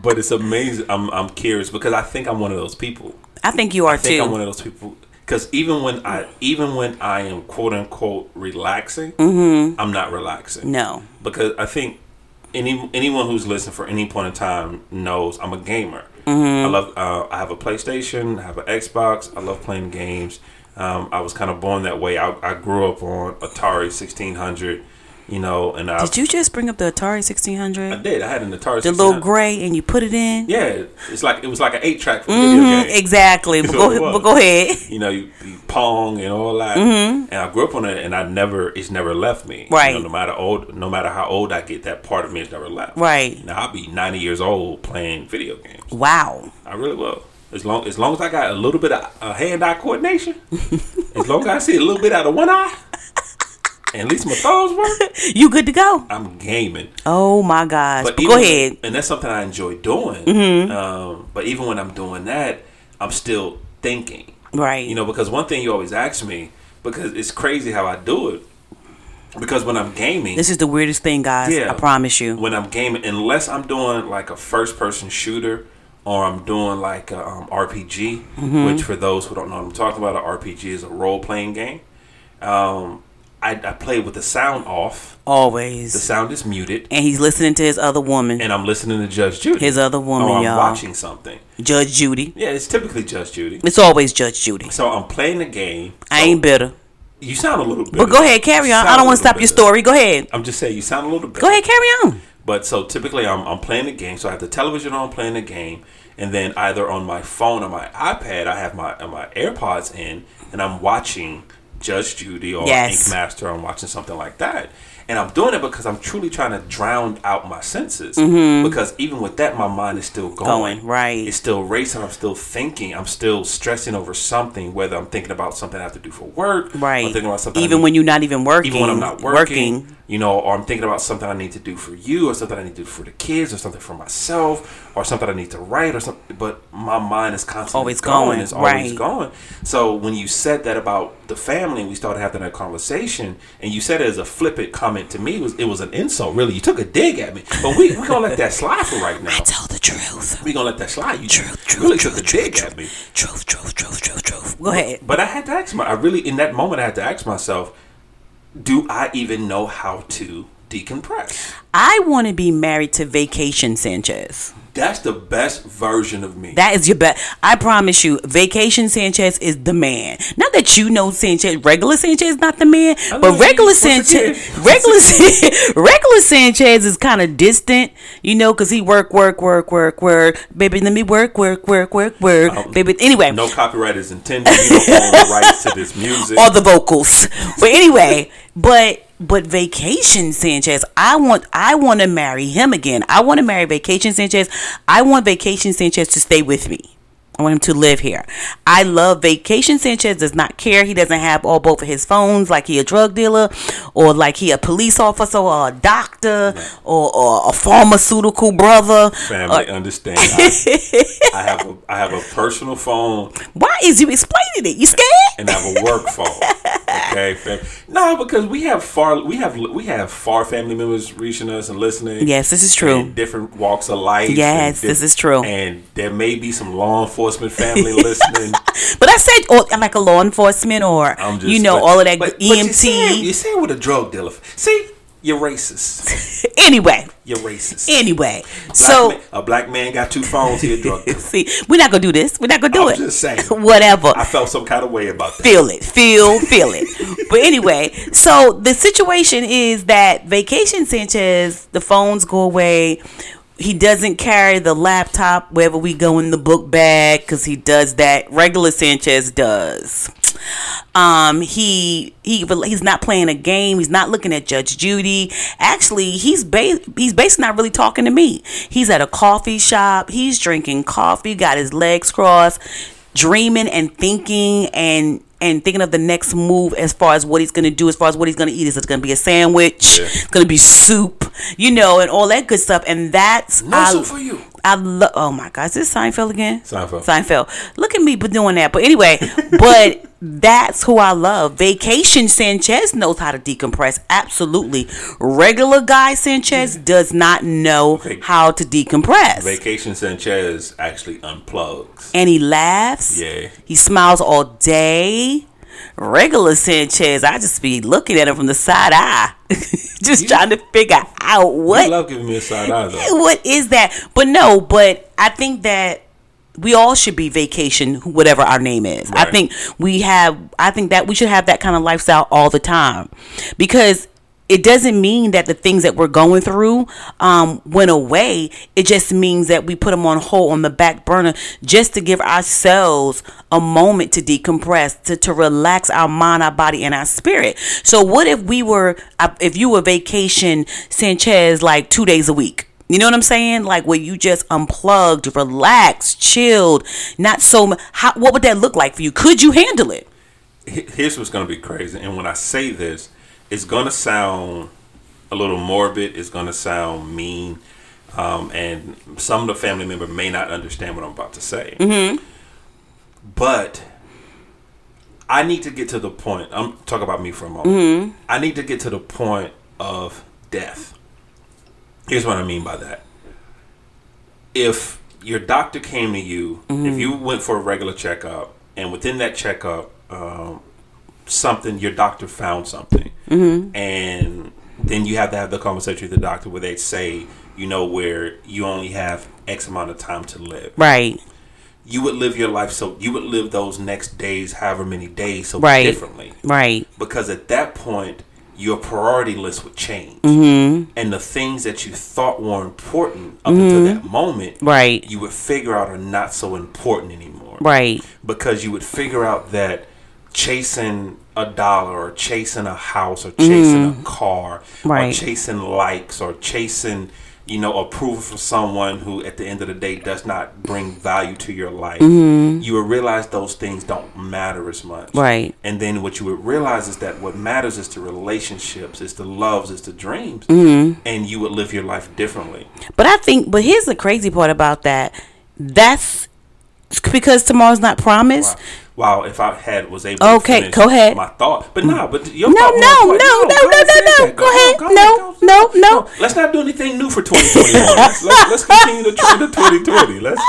Speaker 1: But it's amazing. I'm I'm curious because I think I'm one of those people.
Speaker 2: I think you are
Speaker 1: I think I'm
Speaker 2: too.
Speaker 1: one of those people because even when I even when I am quote unquote relaxing,
Speaker 2: Mm-hmm.
Speaker 1: I'm not relaxing
Speaker 2: No.
Speaker 1: because I think any anyone who's listened for any point in time knows I'm a gamer. I
Speaker 2: Mm-hmm.
Speaker 1: love. Uh, I have a PlayStation. I have an Xbox. I love playing games. Um, I was kind of born that way. I, I grew up on Atari 1600, you know, and I,
Speaker 2: Did you just bring up the Atari
Speaker 1: I
Speaker 2: 1600?
Speaker 1: did. I had an Atari.
Speaker 2: The little gray and you put it in?
Speaker 1: Yeah, it's like it was like an eight track for video
Speaker 2: Mhm,
Speaker 1: games.
Speaker 2: exactly. But
Speaker 1: That's
Speaker 2: go,
Speaker 1: what it
Speaker 2: but
Speaker 1: was.
Speaker 2: go ahead.
Speaker 1: you know, you, you pong and all that. And I grew up on it, and I never, it's never left me. You
Speaker 2: Mm-hmm. Right.
Speaker 1: know, no matter old, no matter how old I get, that part of me is never left.
Speaker 2: Right.
Speaker 1: Now I'll be ninety years old playing video games.
Speaker 2: Wow.
Speaker 1: I really will. As long as long as I got a little bit of uh, hand-eye
Speaker 2: [LAUGHS]
Speaker 1: coordination, as long as I see a little bit out of one eye, and at least my thumbs work,
Speaker 2: You good to go?
Speaker 1: I'm gaming.
Speaker 2: Oh my gosh. But
Speaker 1: even
Speaker 2: go
Speaker 1: when-
Speaker 2: ahead. Mm-hmm.
Speaker 1: And that's something I enjoy doing. Um, but even when I'm doing that, I'm still thinking.
Speaker 2: Right.
Speaker 1: You know, because one thing you always ask me, because it's crazy how I do it. Because when I'm gaming,
Speaker 2: This is the weirdest thing, guys.
Speaker 1: Yeah.
Speaker 2: I promise you.
Speaker 1: when I'm gaming, unless I'm doing like a first person shooter or I'm doing like a um, RPG,
Speaker 2: Mm-hmm.
Speaker 1: which for those who don't know what I'm talking about, a RPG is a role playing game. Um, I, I play with the sound off, the
Speaker 2: Always.
Speaker 1: sound is muted,
Speaker 2: And he's listening to his other woman,
Speaker 1: and I'm listening to Judge Judy.
Speaker 2: His other woman,
Speaker 1: or I'm
Speaker 2: y'all.
Speaker 1: watching something.
Speaker 2: Judge Judy.
Speaker 1: Yeah, it's typically Judge Judy.
Speaker 2: It's always Judge Judy.
Speaker 1: So I'm playing the game.
Speaker 2: I ain't bitter.
Speaker 1: You sound a little bit.
Speaker 2: But go ahead, carry on. I don't want to stop your story. Go ahead.
Speaker 1: I'm just saying, you sound a little bit.
Speaker 2: Go ahead, carry on.
Speaker 1: But so typically, I'm, I'm playing the game. So I have the television on, playing the game, and then either on my phone or my iPad, I have my uh, my AirPods in, and I'm watching Judge Judy or
Speaker 2: Yes.
Speaker 1: Ink Master. I'm watching something like that, and I'm doing it because I'm truly trying to drown out my senses. Because even with that, my mind is still going.
Speaker 2: Mm-hmm. Going, right.
Speaker 1: It's still racing. I'm still thinking. I'm still stressing over something. Whether I'm thinking about something I have to do for work, I'm
Speaker 2: Right.
Speaker 1: thinking about something. I
Speaker 2: Even
Speaker 1: need
Speaker 2: when you're not even working.
Speaker 1: even when I'm not working, you know, or I'm thinking about something I need to do for you, or something I need to do for the kids, or something for myself, or something I need to write, or something. But my mind is constantly
Speaker 2: Always going,
Speaker 1: It's always
Speaker 2: right.
Speaker 1: going. So when you said that about the family, we started having that conversation, and you said it as a flippant comment to me. It was it was an insult, really? You took a dig at me, but we we gonna let that slide for right
Speaker 2: [LAUGHS]
Speaker 1: now.
Speaker 2: Tell the truth.
Speaker 1: We gonna let that slide. You
Speaker 2: Truth, truth,
Speaker 1: really
Speaker 2: truth,
Speaker 1: took a
Speaker 2: truth,
Speaker 1: dig at me.
Speaker 2: Truth, truth, truth, truth, truth. Go ahead.
Speaker 1: But I had to ask my I really in that moment I had to ask myself, do I even know how to decompress?
Speaker 2: I want to be married to Vacation Sanchez.
Speaker 1: That's the best version of me.
Speaker 2: That is your best. I promise you, Vacation Sanchez is the man. Not that you know Sanchez, regular Sanchez is not the man, but
Speaker 1: mean,
Speaker 2: regular
Speaker 1: once
Speaker 2: Sanchez,
Speaker 1: again. [LAUGHS]
Speaker 2: [LAUGHS] regular, San- [LAUGHS] regular Sanchez is kind of distant, you know, because he work, work, work, work, work. Baby, let me work, work, work, work, work. Baby, anyway,
Speaker 1: Oh, no copyright is intended. You don't own the rights to this music.
Speaker 2: or the vocals. But anyway, but but Vacation Sanchez, I want I want to marry him again. I want to marry Vacation Sanchez. I want Vacation Sanchez to stay with me. I want him to live here. I love Vacation Sanchez does not care. He doesn't have all both of his phones like he a drug dealer or like he a police officer or a doctor or, or a pharmaceutical brother. [LAUGHS]
Speaker 1: Family, understand? I, I have a I have a personal phone
Speaker 2: Why is you explaining it? You scared?
Speaker 1: and I have a work phone. Okay, fam- no, because we have far we have we have far family members reaching us and listening.
Speaker 2: Yes, this is true.
Speaker 1: in different walks of life. and
Speaker 2: Yes,
Speaker 1: di-
Speaker 2: this is true.
Speaker 1: And there may be some law enforcement family listening.
Speaker 2: But I said, or like a law enforcement, or
Speaker 1: I'm just,
Speaker 2: you know,
Speaker 1: but-
Speaker 2: all of that E
Speaker 1: but- but you said- you
Speaker 2: EMT.
Speaker 1: said with a drug dealer. See, you're racist.
Speaker 2: anyway,
Speaker 1: You're racist.
Speaker 2: anyway.
Speaker 1: Black
Speaker 2: so
Speaker 1: man- a black man got two phones. He a drug
Speaker 2: [LAUGHS]
Speaker 1: dealer.
Speaker 2: see, we're not gonna do this. We're not gonna do
Speaker 1: I'm
Speaker 2: it.
Speaker 1: just
Speaker 2: [LAUGHS]
Speaker 1: saying.
Speaker 2: Whatever.
Speaker 1: I felt some kind of way about that.
Speaker 2: feel it, feel, feel it. But anyway, so the situation is that Vacation Sanchez, the phones go away. He doesn't carry the laptop wherever we go in the book bag because he does that. Regular Sanchez does. Um, he he he's not playing a game. He's not looking at Judge Judy. Actually, he's ba- he's basically not really talking to me. He's at a coffee shop. He's drinking coffee. Got his legs crossed dreaming and thinking and and thinking of the next move as far as what he's going to do, as far as what he's going to eat. Is it going to be a sandwich?
Speaker 1: Yeah.
Speaker 2: It's going to be soup, you know, and all that good stuff. And that's
Speaker 1: No
Speaker 2: [LAUGHS] I-
Speaker 1: soup for you.
Speaker 2: I love. Oh my God, is this Seinfeld again?
Speaker 1: Seinfeld.
Speaker 2: Seinfeld. Look at me but doing that. But anyway, [LAUGHS] but that's who I love. Vacation Sanchez knows how to decompress. Absolutely. Regular guy Sanchez does not know
Speaker 1: Vac-
Speaker 2: how to decompress.
Speaker 1: Vacation Sanchez actually unplugs.
Speaker 2: and he laughs.
Speaker 1: Yeah.
Speaker 2: He smiles all day. Regular Sanchez, I just be looking at him from the side eye, [LAUGHS] just
Speaker 1: You-
Speaker 2: trying to figure out
Speaker 1: I
Speaker 2: what
Speaker 1: love giving me a side eye though.
Speaker 2: Eh, what is that? But no, but I think that we all should be vacation, whatever our name is. I
Speaker 1: Right.
Speaker 2: think we have, I think that we should have that kind of lifestyle all the time because it doesn't mean that the things that we're going through um, went away. It just means that we put them on hold on the back burner just to give ourselves a moment to decompress, to, to relax our mind, our body, and our spirit. So, what if we were, uh, if you were vacation Sanchez like two days a week? You know what I'm saying? Like where you just unplugged, relaxed, chilled, not so. mu- How, what would that look like for you? Could you handle it?
Speaker 1: He- Here's what's gonna be crazy, and when I say this, it's gonna sound a little morbid. It's gonna sound mean, um, and some of the family member may not understand what I'm about to say. But I need to get to the point. I'm talk about me for a moment. I need to get to the point of death. Here's what I mean by that. If your doctor came to you, if you went for a regular checkup, and within that checkup, um, something your doctor found something, and then you have to have the conversation with the doctor where they say, you know, where you only have X amount of time to live
Speaker 2: Right.
Speaker 1: you would live your life so you would live those next days however many days so
Speaker 2: Right.
Speaker 1: differently
Speaker 2: Right.
Speaker 1: because at that point your priority list would change
Speaker 2: Mm-hmm.
Speaker 1: and the things that you thought were important up until that moment
Speaker 2: Right.
Speaker 1: you would figure out are not so important anymore
Speaker 2: Right.
Speaker 1: because you would figure out that chasing a dollar or chasing a house or chasing a car or
Speaker 2: Mm-hmm. Right.
Speaker 1: chasing likes or chasing you know approval from someone who at the end of the day does not bring value to your life you would realize those things don't matter as much
Speaker 2: Mm-hmm. Right.
Speaker 1: and then what you would realize is that what matters is the relationships it's the loves it's the dreams
Speaker 2: Mm-hmm.
Speaker 1: and you would live your life differently
Speaker 2: But I think, but here's the crazy part about that. That's because tomorrow's not promised.
Speaker 1: Wow, if I had was able to
Speaker 2: Okay,
Speaker 1: finish
Speaker 2: go ahead.
Speaker 1: my thought. But nah, but your
Speaker 2: No,
Speaker 1: thought
Speaker 2: no,
Speaker 1: was important.
Speaker 2: no, no,
Speaker 1: go
Speaker 2: no,
Speaker 1: ahead,
Speaker 2: no,
Speaker 1: finish
Speaker 2: no.
Speaker 1: that.
Speaker 2: Go ahead.
Speaker 1: go
Speaker 2: No,
Speaker 1: go
Speaker 2: no,
Speaker 1: go.
Speaker 2: no.
Speaker 1: Let's not do anything new for 2021. let's, let's
Speaker 2: [LAUGHS]
Speaker 1: let's continue the trend of 2020. Let's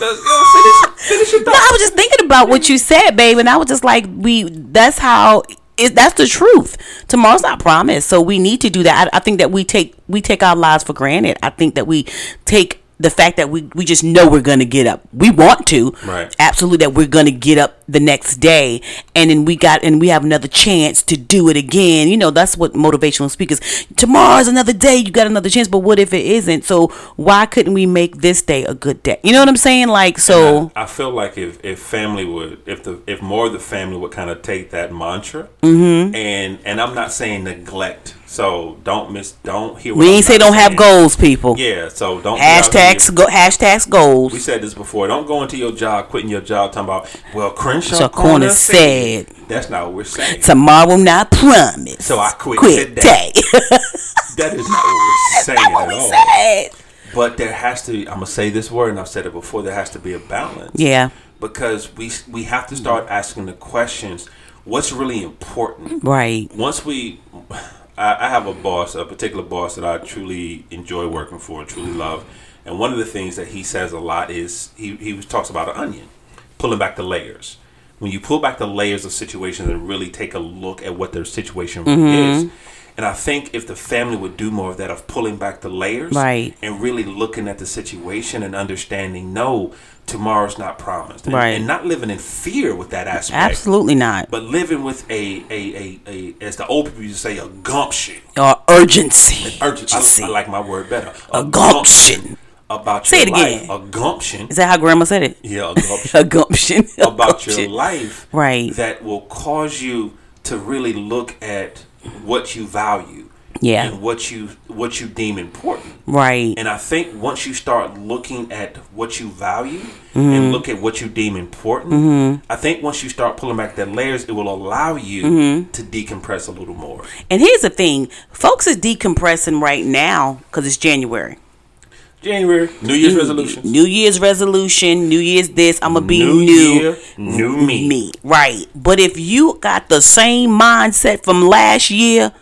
Speaker 1: let's go finish finish your
Speaker 2: No, I
Speaker 1: thought.
Speaker 2: was just thinking about what you said, babe, and I was just like, we. That's how. It, that's the truth. Tomorrow's not promised, so we need to do that. I, I think that we take we take our lives for granted. I think that we take the fact that we we just know we're gonna get up. We want to,
Speaker 1: Right.
Speaker 2: Absolutely, that we're gonna get up the next day, and then we got and we have another chance to do it again. You know, that's what motivational speakers. Tomorrow's another day. You got another chance, but what if it isn't? So why couldn't we make this day a good day? You know what I'm saying? Like so.
Speaker 1: I feel like if, if family would if the if more of the family would kind of take that mantra
Speaker 2: Mm-hmm.
Speaker 1: and and I'm not saying neglect so don't miss don't hear what
Speaker 2: We
Speaker 1: I'm
Speaker 2: ain't say
Speaker 1: not
Speaker 2: don't have
Speaker 1: saying.
Speaker 2: goals, people.
Speaker 1: yeah so don't
Speaker 2: Hashtags go hashtags
Speaker 1: We
Speaker 2: goals.
Speaker 1: said this before. Don't go into your job, quitting your job, talking about, well, Crenshaw
Speaker 2: So
Speaker 1: Corner,
Speaker 2: Corner
Speaker 1: said.
Speaker 2: said.
Speaker 1: That's not what we're
Speaker 2: [LAUGHS]
Speaker 1: saying.
Speaker 2: Tomorrow not promise.
Speaker 1: So I [LAUGHS] quit
Speaker 2: quit
Speaker 1: today.
Speaker 2: day.
Speaker 1: that is not what
Speaker 2: [LAUGHS]
Speaker 1: we're saying
Speaker 2: what
Speaker 1: at
Speaker 2: we
Speaker 1: all.
Speaker 2: said.
Speaker 1: But there has to, I'm going to say this word, and I've said it before, there has to be a balance.
Speaker 2: Yeah.
Speaker 1: Because we, we have to start asking the questions what's really important?
Speaker 2: Right.
Speaker 1: once we I, I have a boss a particular boss that i truly enjoy working for and truly love and one of the things that he says a lot is he, he was- talks about an onion pulling back the layers when you pull back the layers of situations and really take a look at what their situation really
Speaker 2: Mm-hmm.
Speaker 1: is and i think if the family would do more of that of pulling back the layers
Speaker 2: Right.
Speaker 1: and really looking at the situation and understanding no tomorrow's not promised and,
Speaker 2: Right.
Speaker 1: and not living in fear with that aspect
Speaker 2: Absolutely not.
Speaker 1: but living with a a, a, a as the old people used to say a gumption,
Speaker 2: Or urgency.
Speaker 1: urgency. I, I like my word better.
Speaker 2: A gumption.
Speaker 1: about
Speaker 2: Say
Speaker 1: your
Speaker 2: it
Speaker 1: life.
Speaker 2: again.
Speaker 1: A gumption.
Speaker 2: Is that how grandma said it? [LAUGHS]
Speaker 1: Yeah, a gumption
Speaker 2: A gumption.
Speaker 1: [LAUGHS]
Speaker 2: A
Speaker 1: about your
Speaker 2: gumption.
Speaker 1: life,
Speaker 2: Right.
Speaker 1: That will cause you to really look at what you value
Speaker 2: Yeah.
Speaker 1: and what you what you deem important.
Speaker 2: Right.
Speaker 1: And I think once you start looking at what you value
Speaker 2: Mm-hmm.
Speaker 1: and look at what you deem important, I think once you start pulling back that layers, it will allow you
Speaker 2: Mm-hmm.
Speaker 1: to decompress a little more.
Speaker 2: And here's the thing, folks is decompressing right now because it's January.
Speaker 1: January, New Year's resolutions.
Speaker 2: New Year's resolution, New Year's this, I'm gonna be
Speaker 1: New
Speaker 2: new,
Speaker 1: year, new me.
Speaker 2: me, right? But if you got the same mindset from last year,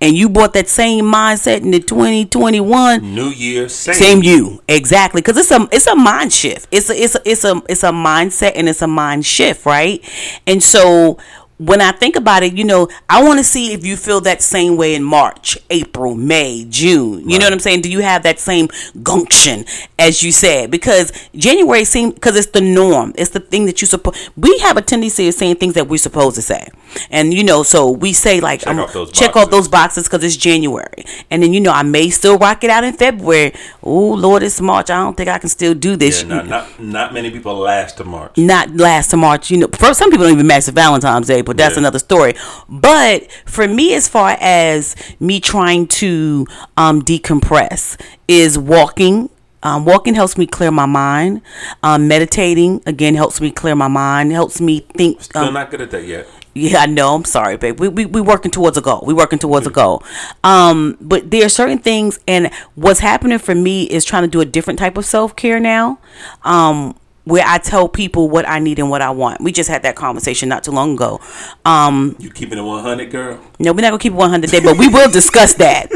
Speaker 2: and you brought that same mindset into 2021,
Speaker 1: New Year, same.
Speaker 2: same you exactly because it's a it's a mind shift it's a it's a it's a it's a mindset and it's a mind shift right and so when i think about it you know i want to see if you feel that same way in march april may june you know what i'm saying do you have that same gumption as you said because january seems because it's the norm it's the thing that you suppose we have a tendency of saying things that we're supposed to say and you know so we say like check
Speaker 1: off those
Speaker 2: check off
Speaker 1: boxes.
Speaker 2: those those boxes because it's January. And then, you know, I may still rock it out in February. Oh, Lord, it's March. I don't think I can still do this.
Speaker 1: Yeah, not, not not many people last to March.
Speaker 2: Not last to March, you know. For some people, don't even match to Valentine's Day, but that's
Speaker 1: Yeah.
Speaker 2: another story. But for me, as far as me trying to um, decompress, is walking. Um, walking helps me clear my mind. Um, meditating again helps me clear my mind. Helps me think.
Speaker 1: Still
Speaker 2: um,
Speaker 1: not good at that yet.
Speaker 2: yeah, I know. I'm sorry, babe. We we we working towards a goal. We working towards a goal. Um, but there are certain things, and what's happening for me is trying to do a different type of self care now. Um, where I tell people what I need and what I want. We just had that conversation not too long ago. Um,
Speaker 1: You keeping it 100, girl?
Speaker 2: no, we're not gonna keep it 100 day, but we will discuss that.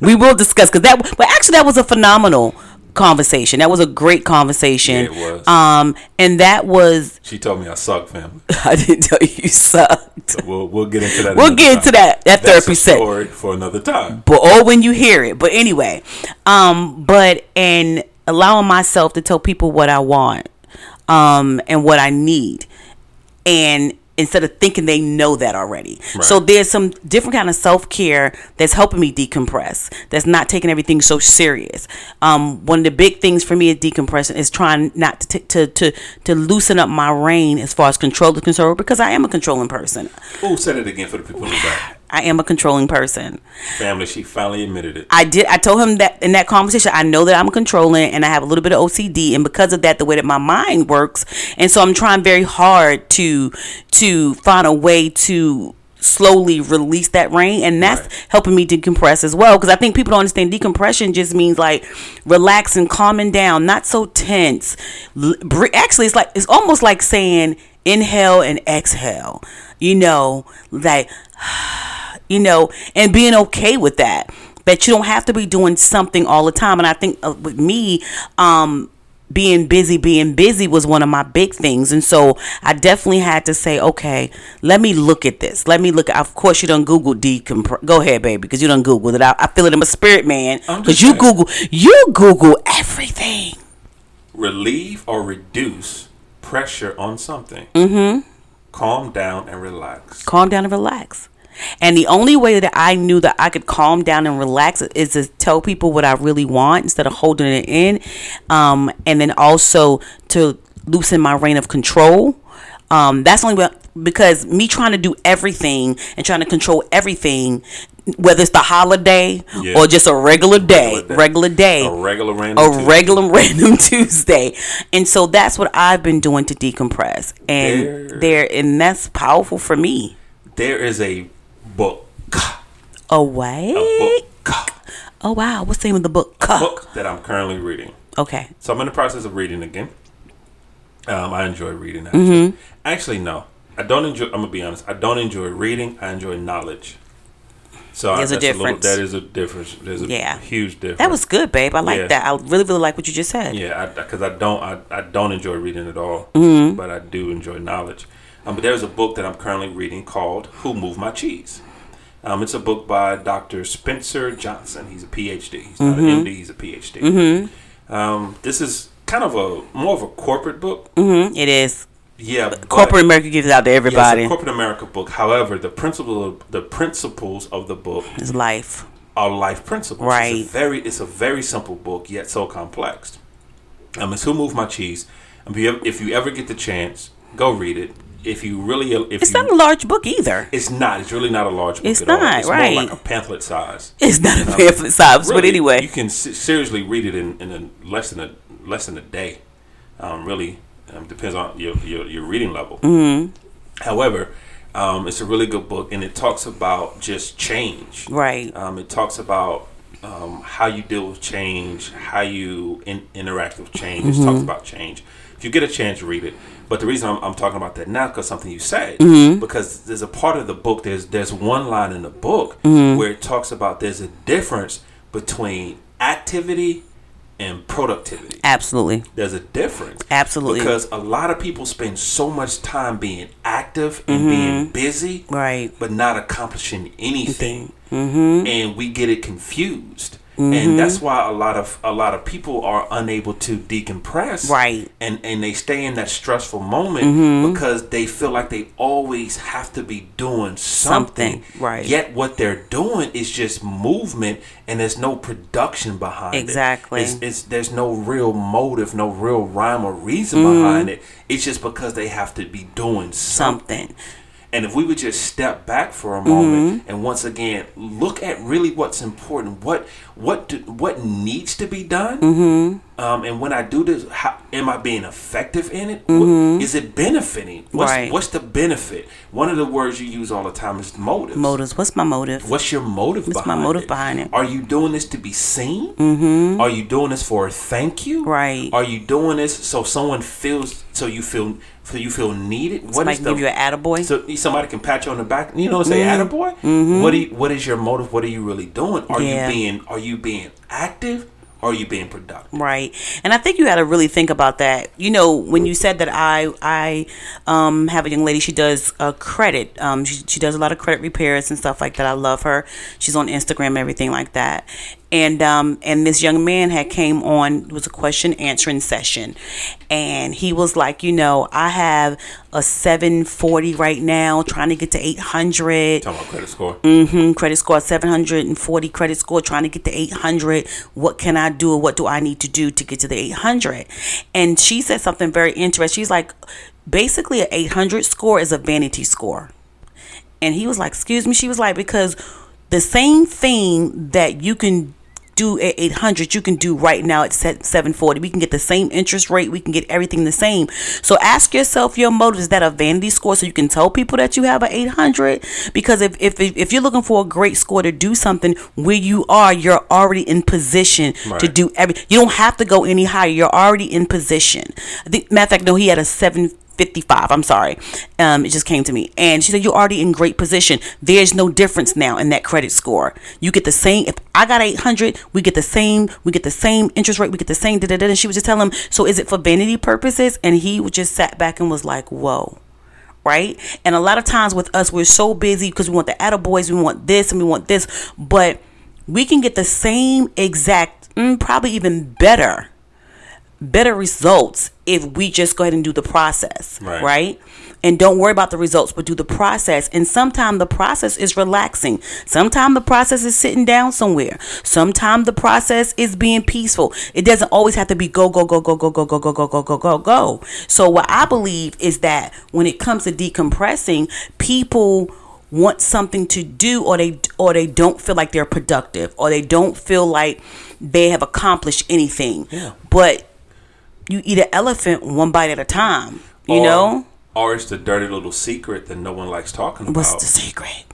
Speaker 1: [LAUGHS]
Speaker 2: we will discuss because that. But actually, that was a phenomenal conversation. That was a great conversation.
Speaker 1: Yeah, it was.
Speaker 2: Um, and that was [LAUGHS]
Speaker 1: She told me I suck, family.
Speaker 2: I didn't tell you you sucked.
Speaker 1: We'll we'll get into that.
Speaker 2: We'll
Speaker 1: another
Speaker 2: get
Speaker 1: time.
Speaker 2: into that that
Speaker 1: That's
Speaker 2: therapy
Speaker 1: a
Speaker 2: set.
Speaker 1: story for another time.
Speaker 2: but or when you hear it. But anyway, um, but and allowing myself to tell people what I want, um, and what I need, and instead of thinking they know that already. So there's some different kind of self care that's helping me decompress. That's not taking everything so serious. Um, one of the big things for me is decompression is trying not to t- to to to loosen up my rein as far as control is concerned because I am a controlling person.
Speaker 1: Oh, said it again for the people in the back.
Speaker 2: I am a controlling person.
Speaker 1: Family, she finally admitted it.
Speaker 2: I did. I told him that in that conversation, I know that I'm controlling and I have a little bit of OCD, and because of that, the way that my mind works, and so I'm trying very hard to to find a way to slowly release that rein, and that's
Speaker 1: Right.
Speaker 2: helping me decompress as well. Because I think people don't understand decompression just means like relaxing, calming down, not so tense. L- br- Actually, it's like it's almost like saying inhale and exhale. You know, like you know, and being okay with that. That you don't have to be doing something all the time. And I think uh, with me, um, being busy, being busy was one of my big things. And so I definitely had to say, okay, let me look at this. Let me look. Of course, you done Google decompress. Go ahead, baby, because you done Googled it. I, I feel it in my spirit, man.
Speaker 1: I'm
Speaker 2: Because
Speaker 1: just
Speaker 2: you
Speaker 1: saying.
Speaker 2: Google, you Google everything.
Speaker 1: relieve or reduce pressure on something. Mm-hmm. Calm down and relax.
Speaker 2: calm down and relax. And the only way that I knew that I could calm down and relax is to tell people what I really want instead of holding it in. Um, and then also to loosen my reign of control. Um, that's only what, because me trying to do everything and trying to control everything, whether it's the holiday
Speaker 1: Yeah.
Speaker 2: or just a regular day,
Speaker 1: Regular day.
Speaker 2: regular day,
Speaker 1: A regular random.
Speaker 2: a
Speaker 1: Tuesday.
Speaker 2: regular [LAUGHS] random Tuesday. And so that's what I've been doing to decompress. And
Speaker 1: There.
Speaker 2: there, and that's powerful for me.
Speaker 1: There is a book.
Speaker 2: Awake.
Speaker 1: Book.
Speaker 2: Oh wow, what's the name of the book?
Speaker 1: Book that I'm currently reading.
Speaker 2: Okay.
Speaker 1: So I'm in the process of reading again. Um, I enjoy reading.
Speaker 2: Mm-hmm.
Speaker 1: Actually. actually, no, I don't enjoy. I'm gonna be honest. I don't enjoy reading. I enjoy knowledge. So
Speaker 2: There's a
Speaker 1: that's little-
Speaker 2: difference.
Speaker 1: that is a difference. There's a
Speaker 2: Yeah.
Speaker 1: huge difference.
Speaker 2: That was good, babe. I like
Speaker 1: Yeah.
Speaker 2: that. I really, really like what you just said.
Speaker 1: Yeah, because I, don't I, I don't enjoy reading at all, but I do enjoy knowledge. Um, but there's a book that I'm currently reading called "Who Moved My Cheese." Um, it's a book by Dr. Spencer Johnson. He's a PhD. He's not an MD. He's a PhD. Um, this is kind of a more of a corporate book.
Speaker 2: Mhm, It is.
Speaker 1: Yeah, but-
Speaker 2: Corporate America gives it out to
Speaker 1: Yeah,
Speaker 2: everybody.
Speaker 1: it's a
Speaker 2: It's,
Speaker 1: corporate America book. However, the principle the principles of the book
Speaker 2: life.
Speaker 1: our life principles.
Speaker 2: Right.
Speaker 1: It's a very it's a very simple book yet so complex. Um, it's Who Moved My Cheese. If you ever, if you ever get the chance, go read it. if you really if
Speaker 2: It's
Speaker 1: you,
Speaker 2: not a large book either.
Speaker 1: it's not it's really not a large book
Speaker 2: It's
Speaker 1: at all.
Speaker 2: not,
Speaker 1: it's
Speaker 2: right.
Speaker 1: more like a pamphlet size
Speaker 2: It's not a pamphlet size, but
Speaker 1: Really,
Speaker 2: anyway.
Speaker 1: you can se- seriously read it in, in a, less than a less than a day. Um, really, um, depends on your your, your reading level.
Speaker 2: Mm-hmm.
Speaker 1: However, um, it's a really good book, and it talks about just change.
Speaker 2: Right.
Speaker 1: Um, it talks about um, how you deal with change, how you in, interact with change. It talks about change. If you get a chance, read it. But the reason I'm, I'm talking about that now because something you said, because there's a part of the book. There's there's one line in the book where it talks about there's a difference between activity and productivity.
Speaker 2: Absolutely.
Speaker 1: There's a difference.
Speaker 2: Absolutely.
Speaker 1: Because a lot of people spend so much time being active and being busy
Speaker 2: Right.
Speaker 1: but not accomplishing anything,
Speaker 2: Mm-hmm.
Speaker 1: and we get it confused, and that's why a lot of a lot of people are unable to decompress,
Speaker 2: Right. Mm-hmm.
Speaker 1: And and they stay in that stressful moment because they feel like they always have to be doing something,
Speaker 2: Something, right.
Speaker 1: Yet what they're doing is just movement, and there's no production behind it.
Speaker 2: Exactly.
Speaker 1: It's- it's there's no real motive, no real rhyme or reason behind
Speaker 2: Mm-hmm.
Speaker 1: it. It's just because they have to be doing something.
Speaker 2: Something.
Speaker 1: And if we would just step back for a moment
Speaker 2: Mm-hmm.
Speaker 1: and once again look at really what's important, what what do, what needs to be done,
Speaker 2: Mm-hmm.
Speaker 1: um, and when I do this, how, am I being effective in it? What- Is it benefiting? What's,
Speaker 2: Mm-hmm. Right.
Speaker 1: what's the benefit? One of the words you use all the time is motive.
Speaker 2: Motives. What's my motive?
Speaker 1: What's your motive
Speaker 2: What's my
Speaker 1: behind
Speaker 2: motive
Speaker 1: it?
Speaker 2: behind it?
Speaker 1: Are you doing this to be seen? Mm-hmm. Are you doing this for a thank you?
Speaker 2: Right.
Speaker 1: Are you doing this so someone feels so you feel so you feel needed? What
Speaker 2: Somebody
Speaker 1: is
Speaker 2: can
Speaker 1: the
Speaker 2: give you an attaboy?
Speaker 1: so somebody can pat you on the back, you know, and say,
Speaker 2: Mm-hmm.
Speaker 1: "Attaboy." What do you, what is your motive? What are you really doing? Are
Speaker 2: Yeah.
Speaker 1: you being are you being active? Are you being productive?
Speaker 2: Right. And I think you got to really think about that. You know, when you said that I I um, have a young lady, she does uh, credit. Um, she, she does a lot of credit repairs and stuff like that. I love her. She's on Instagram and everything like that. And um, and this young man had came on it was a question answering session, and he was like, you know, I have a 740 right now, trying to get to 800
Speaker 1: Talking about credit score.
Speaker 2: mm, credit score 740 credit score trying to get to 800 what can i do or what do i need to do to get to the 800 and she said something very interesting she's like basically an 800 score is a vanity score and he was like excuse me she was like because the same thing that you can do at 800 you can do right now at se- 740 we can get the same interest rate we can get everything the same so ask yourself your motive is that a vanity score so you can tell people that you have an 800 because if, if if you're looking for a great score to do something where you are you're already in position to
Speaker 1: Right.
Speaker 2: do every you don't have to go any higher you're already in position i think matter of fact no he had a 7 55 i'm sorry um, it just came to me and she said you're already in great position there's no difference now in that credit score you get the same if i got 800 we get the same we get the same interest rate we get the same da da da and she was just telling him so is it for vanity purposes and he just sat back and was like whoa right? And a lot of times with us, we're so busy because we want the attaboys, we want this, and we want this, but we can get the same exact, mm, probably even better, better results if we just go ahead and do the process,
Speaker 1: Right.
Speaker 2: right? And don't worry about the results, but do the process. And sometimes the process is relaxing. Sometimes the process is sitting down somewhere. Sometimes the process is being peaceful. It doesn't always have to be go, go, go, go, go, go, go, go, go, go, go, go, go. So, what I believe is that when it comes to decompressing, people want something to do or they or they don't feel like they're productive or they don't feel like they have accomplished anything.
Speaker 1: Yeah.
Speaker 2: But you eat an elephant one bite at a time. You
Speaker 1: Or-
Speaker 2: know?
Speaker 1: or it's the dirty little secret that no one likes talking about.
Speaker 2: What's the secret?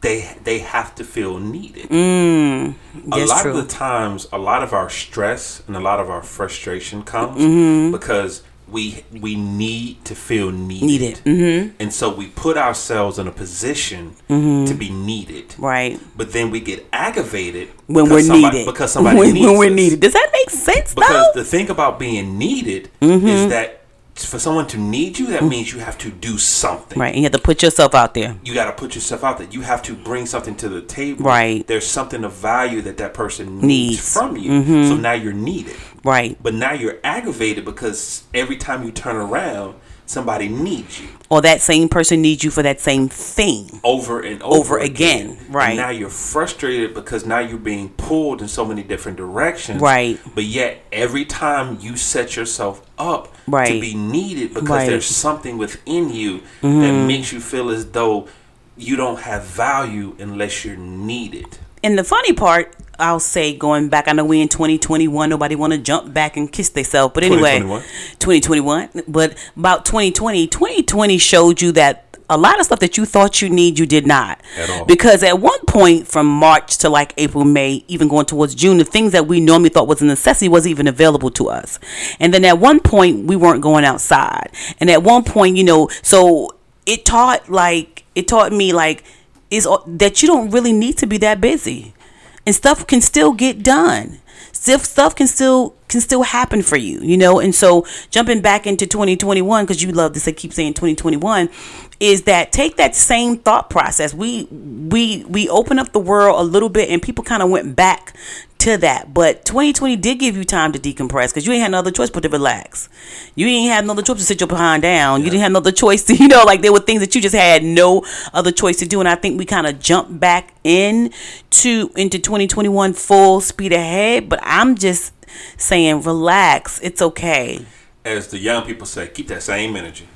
Speaker 1: they they have to feel needed. a
Speaker 2: yes,
Speaker 1: lot
Speaker 2: Mm. true.
Speaker 1: of the times, a lot of our stress and a lot of our frustration comes
Speaker 2: Mm-hmm.
Speaker 1: because we we need to feel needed,
Speaker 2: Needed. Mm-hmm.
Speaker 1: and so we put ourselves in a position to be needed.
Speaker 2: Right.
Speaker 1: But then we get aggravated
Speaker 2: When
Speaker 1: because
Speaker 2: we're
Speaker 1: somebody-
Speaker 2: needed.
Speaker 1: because somebody
Speaker 2: when,
Speaker 1: needs
Speaker 2: when we're
Speaker 1: us.
Speaker 2: needed. Oh! Does that make sense
Speaker 1: Because
Speaker 2: though?
Speaker 1: the thing about being needed
Speaker 2: Mm-hmm.
Speaker 1: is that for someone to need you, that means you have to do something
Speaker 2: right. And you have to put yourself out there.
Speaker 1: you got to put yourself out there. You have to bring something to the table.
Speaker 2: Right.
Speaker 1: There's something of value that that person needs,
Speaker 2: Needs. Mm-hmm.
Speaker 1: from you. So now you're needed.
Speaker 2: Right.
Speaker 1: But now you're aggravated because every time you turn around, somebody needs you
Speaker 2: or that same person needs you for that same thing.
Speaker 1: over and over,
Speaker 2: Over again, right.
Speaker 1: And now you're frustrated because now you're being pulled in so many different directions.
Speaker 2: Right.
Speaker 1: But yet every time you set yourself up to
Speaker 2: Right.
Speaker 1: be needed because
Speaker 2: Right. Mm-hmm.
Speaker 1: there's something within you that makes you feel as though you don't have value unless you're needed.
Speaker 2: And the funny part, I'll say going back, I know we in 2021, nobody want to jump back and kiss themselves. But anyway, 2021. But about 2020, 2020 showed you that a lot of stuff that you thought you need, you did not.
Speaker 1: At all.
Speaker 2: Because at one point from March to like April, May, even going towards June, the things that we normally thought was a necessity wasn't even available to us. And then at one point, we weren't going outside. And at one point, you know, so it taught like, it taught me like, is that you don't really need to be that busy and stuff can still get done. Stuff stuff can still can still happen for you, you know. And so jumping back into 2021 because you love to say keep saying 2021 is that take that same thought process. We we we open up the world a little bit and people kind of went back to that. But 2020 did give you time to decompress because you ain't had no other choice but to relax. You ain't had no other choice to sit your behind down. You didn't have no other choice to, [LAUGHS] you know, like there were things that you just had no other choice to do. And I think we kind of jumped back in to into 2021 full speed ahead. But I'm just saying, relax. It's okay.
Speaker 1: As the young people say, keep that same energy.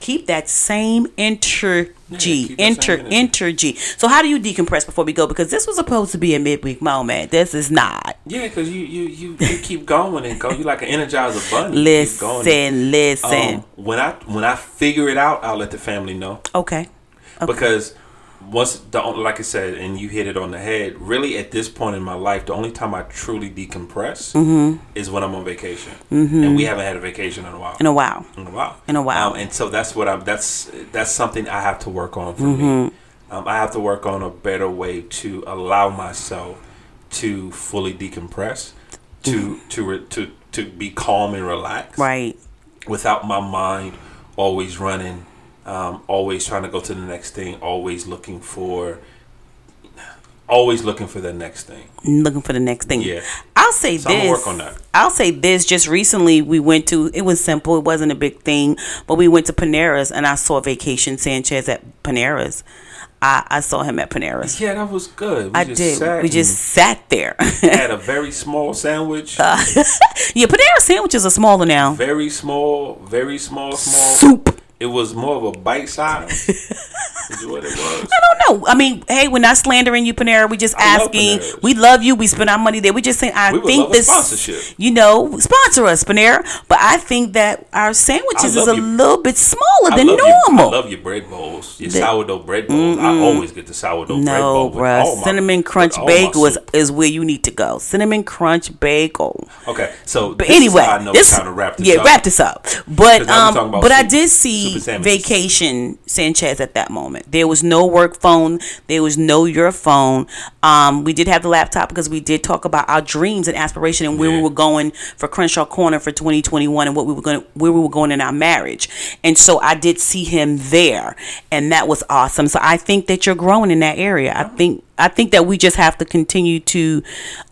Speaker 2: Keep that same energy,
Speaker 1: keep that
Speaker 2: enter,
Speaker 1: same energy.
Speaker 2: energy. So, how do you decompress before we go? Because this was supposed to be a midweek moment. This is not.
Speaker 1: Yeah, because you, you, you, you keep going and go. You're like an energizer bunny. You keep going.
Speaker 2: Listen, listen.
Speaker 1: Um, when I when I figure it out, I'll let the family know.
Speaker 2: okay. Okay.
Speaker 1: because once the on- like I said, and you hit it on the head. Really, at this point in my life, the only time I truly decompress
Speaker 2: Mm-hmm.
Speaker 1: is when I'm on vacation, and we haven't had a vacation in a while.
Speaker 2: In a while.
Speaker 1: In a while.
Speaker 2: In a while.
Speaker 1: Um, and so that's what I'm. That's that's something I have to work on for me.
Speaker 2: Mm-hmm.
Speaker 1: Um, I have to work on a better way to allow myself to fully decompress, to
Speaker 2: Mm-hmm.
Speaker 1: to re- to to be calm and relaxed
Speaker 2: Right.
Speaker 1: without my mind always running, um, always trying to go to the next thing, always looking for, always looking for the next thing.
Speaker 2: Looking for the next thing.
Speaker 1: Yeah.
Speaker 2: I'll say
Speaker 1: So I'ma
Speaker 2: this.
Speaker 1: work on that.
Speaker 2: I'll say this. Just recently, we went to. It was simple. It wasn't a big thing, but we went to Panera's and I saw Vacation Sanchez at Panera's. I, I saw him at Panera's.
Speaker 1: Yeah, that was good. We
Speaker 2: I did. We
Speaker 1: and
Speaker 2: just sat there.
Speaker 1: [LAUGHS]
Speaker 2: [LAUGHS]
Speaker 1: had a very small sandwich,
Speaker 2: yeah, Panera sandwiches are smaller now.
Speaker 1: very small, very small, small.
Speaker 2: Soup.
Speaker 1: It was more of a bite
Speaker 2: [LAUGHS]
Speaker 1: size. is what it was.
Speaker 2: I don't know. I mean, hey, we're not slandering you, Panera. We just
Speaker 1: I love
Speaker 2: asking.
Speaker 1: Panera's.
Speaker 2: we love you. We spend our money there. We just saying. I
Speaker 1: We would
Speaker 2: think
Speaker 1: love a
Speaker 2: this
Speaker 1: sponsorship.
Speaker 2: You know, sponsor us, Panera. But I think that our sandwiches
Speaker 1: I
Speaker 2: is
Speaker 1: love
Speaker 2: a
Speaker 1: you.
Speaker 2: little bit smaller
Speaker 1: I
Speaker 2: than
Speaker 1: love
Speaker 2: normal.
Speaker 1: Your, I love your bread bowls, your sourdough bread bowls. I always get the sourdough bread bowl.
Speaker 2: no,
Speaker 1: with all
Speaker 2: bruh.
Speaker 1: my-
Speaker 2: Cinnamon
Speaker 1: with
Speaker 2: crunch
Speaker 1: all my
Speaker 2: bagel is,
Speaker 1: soup.
Speaker 2: is where you need to go. Cinnamon crunch bagel.
Speaker 1: Okay, so
Speaker 2: But
Speaker 1: this is
Speaker 2: anyway,
Speaker 1: how I know
Speaker 2: this
Speaker 1: it's time to wrap this
Speaker 2: yeah,
Speaker 1: up.
Speaker 2: wrap this up. But
Speaker 1: 'Cause now we're
Speaker 2: um,
Speaker 1: talking about
Speaker 2: but I
Speaker 1: soup-
Speaker 2: did
Speaker 1: soup
Speaker 2: see
Speaker 1: and sandwiches.
Speaker 2: vacation Sanchez at that moment. There was no work phone. There was no your phone. Um, we did have the laptop because we did talk about our dreams and aspiration and where
Speaker 1: Yeah.
Speaker 2: we were going for Crenshaw Corner for 2021 and what we were going where we were going in our marriage. And so I did see him there, and that was awesome. So I think that you're growing in that area. I think I think that we just have to continue to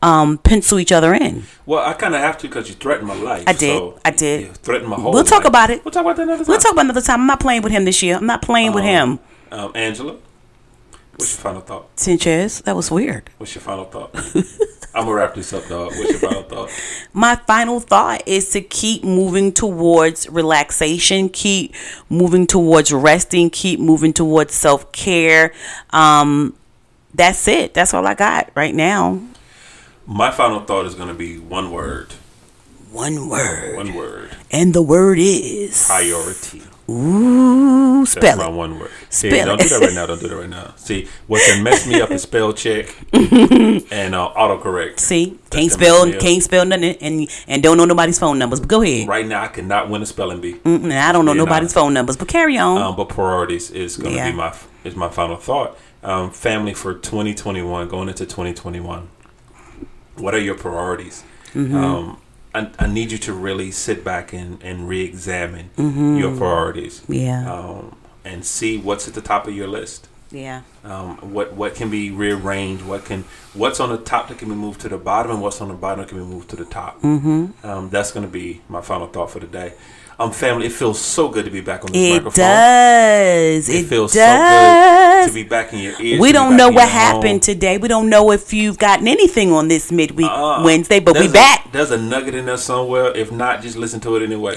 Speaker 2: um, pencil each other in.
Speaker 1: Well, I kind of have to because you threatened my life.
Speaker 2: I did.
Speaker 1: so-
Speaker 2: I did.
Speaker 1: You threatened my whole.
Speaker 2: We'll talk
Speaker 1: life.
Speaker 2: about it.
Speaker 1: We'll talk about that another time.
Speaker 2: We'll talk about it another time. I'm not playing with him this year. I'm not playing with him.
Speaker 1: Um, Angela, what's your final thought?
Speaker 2: Sanchez, that was weird.
Speaker 1: What's your final
Speaker 2: [LAUGHS]
Speaker 1: thought? I'm gonna wrap this up, dog. What's your final thought?
Speaker 2: My final thought is to keep moving towards relaxation, keep moving towards resting, keep moving towards self care. Um, that's it. That's all I got right now.
Speaker 1: My final thought is gonna be one word.
Speaker 2: One word.
Speaker 1: One word.
Speaker 2: And the word is.
Speaker 1: Priority.
Speaker 2: Ooh,
Speaker 1: That's
Speaker 2: spell
Speaker 1: my
Speaker 2: it.
Speaker 1: one word. See,
Speaker 2: Spell
Speaker 1: don't
Speaker 2: it.
Speaker 1: do that right now. Don't do that right now. See, what can mess me up is spell
Speaker 2: [LAUGHS]
Speaker 1: check and uh, autocorrect.
Speaker 2: See, can't
Speaker 1: the
Speaker 2: spell,
Speaker 1: mess me up.
Speaker 2: can't spell nothing, and and don't know nobody's phone numbers. But go ahead.
Speaker 1: Right now, I cannot win a spelling bee.
Speaker 2: And I don't know
Speaker 1: Being
Speaker 2: nobody's
Speaker 1: honest.
Speaker 2: phone numbers. But carry on.
Speaker 1: Um, but priorities is going to
Speaker 2: Yeah.
Speaker 1: be my is my final thought. Um, family for 2021, going into 2021. What are your priorities?
Speaker 2: Mm-hmm.
Speaker 1: Um, I, I need you to really sit back and, and
Speaker 2: Mm-hmm.
Speaker 1: re-examine your priorities
Speaker 2: yeah.
Speaker 1: uh, um, and see what's at the top of your list.
Speaker 2: Yeah.
Speaker 1: Um, what what can be rearranged? What can what's on the top that can be moved to the bottom, and what's on the bottom that can be moved to the top? Mm-hmm. Um, that's going to be my final thought for today. Um, family, it feels so good to be back on this
Speaker 2: It
Speaker 1: microphone.
Speaker 2: does. It,
Speaker 1: It feels
Speaker 2: does.
Speaker 1: so good to be back in your ears. to
Speaker 2: we
Speaker 1: be
Speaker 2: don't
Speaker 1: back
Speaker 2: know
Speaker 1: in
Speaker 2: what
Speaker 1: your home.
Speaker 2: happened today. We don't know if you've gotten anything on this midweek
Speaker 1: Uh,
Speaker 2: Wednesday, but we
Speaker 1: there's a-
Speaker 2: back.
Speaker 1: there's a nugget in there somewhere. If not, just listen to it
Speaker 2: [LAUGHS]
Speaker 1: anyway.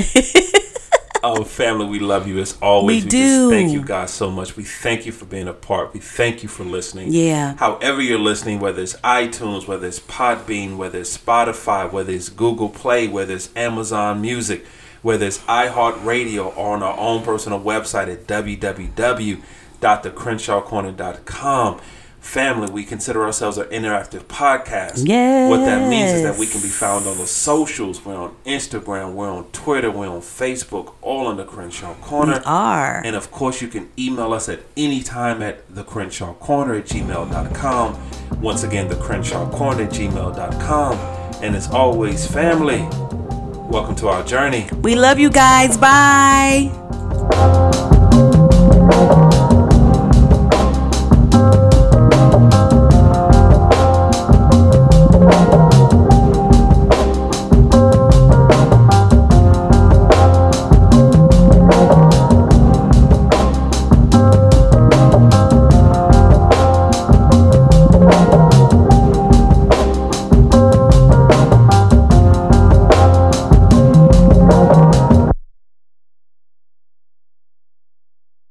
Speaker 1: oh, family, we love you as always.
Speaker 2: We
Speaker 1: Just
Speaker 2: do.
Speaker 1: thank you guys so much. We thank you for being a part. We thank you for listening.
Speaker 2: Yeah.
Speaker 1: However you're listening, whether it's iTunes, whether it's Podbean, whether it's Spotify, whether it's Google Play, whether it's Amazon Music, whether it's iHeartRadio or on our own personal website at www.thecrenshawcorner.com. Family, we consider ourselves an interactive podcast. What that means is that we can be
Speaker 2: Yes.
Speaker 1: found on the socials. We're on Instagram, we're on Twitter, we're on Facebook, all on the Crenshaw [LAUGHS] Corner.
Speaker 2: We are.
Speaker 1: And of course, you can email us at any time at thecrenshawcorner at gmail.com. Once again, thecrenshawcorner at gmail.com. And as always, family, welcome to our journey.
Speaker 2: We love you guys. Bye.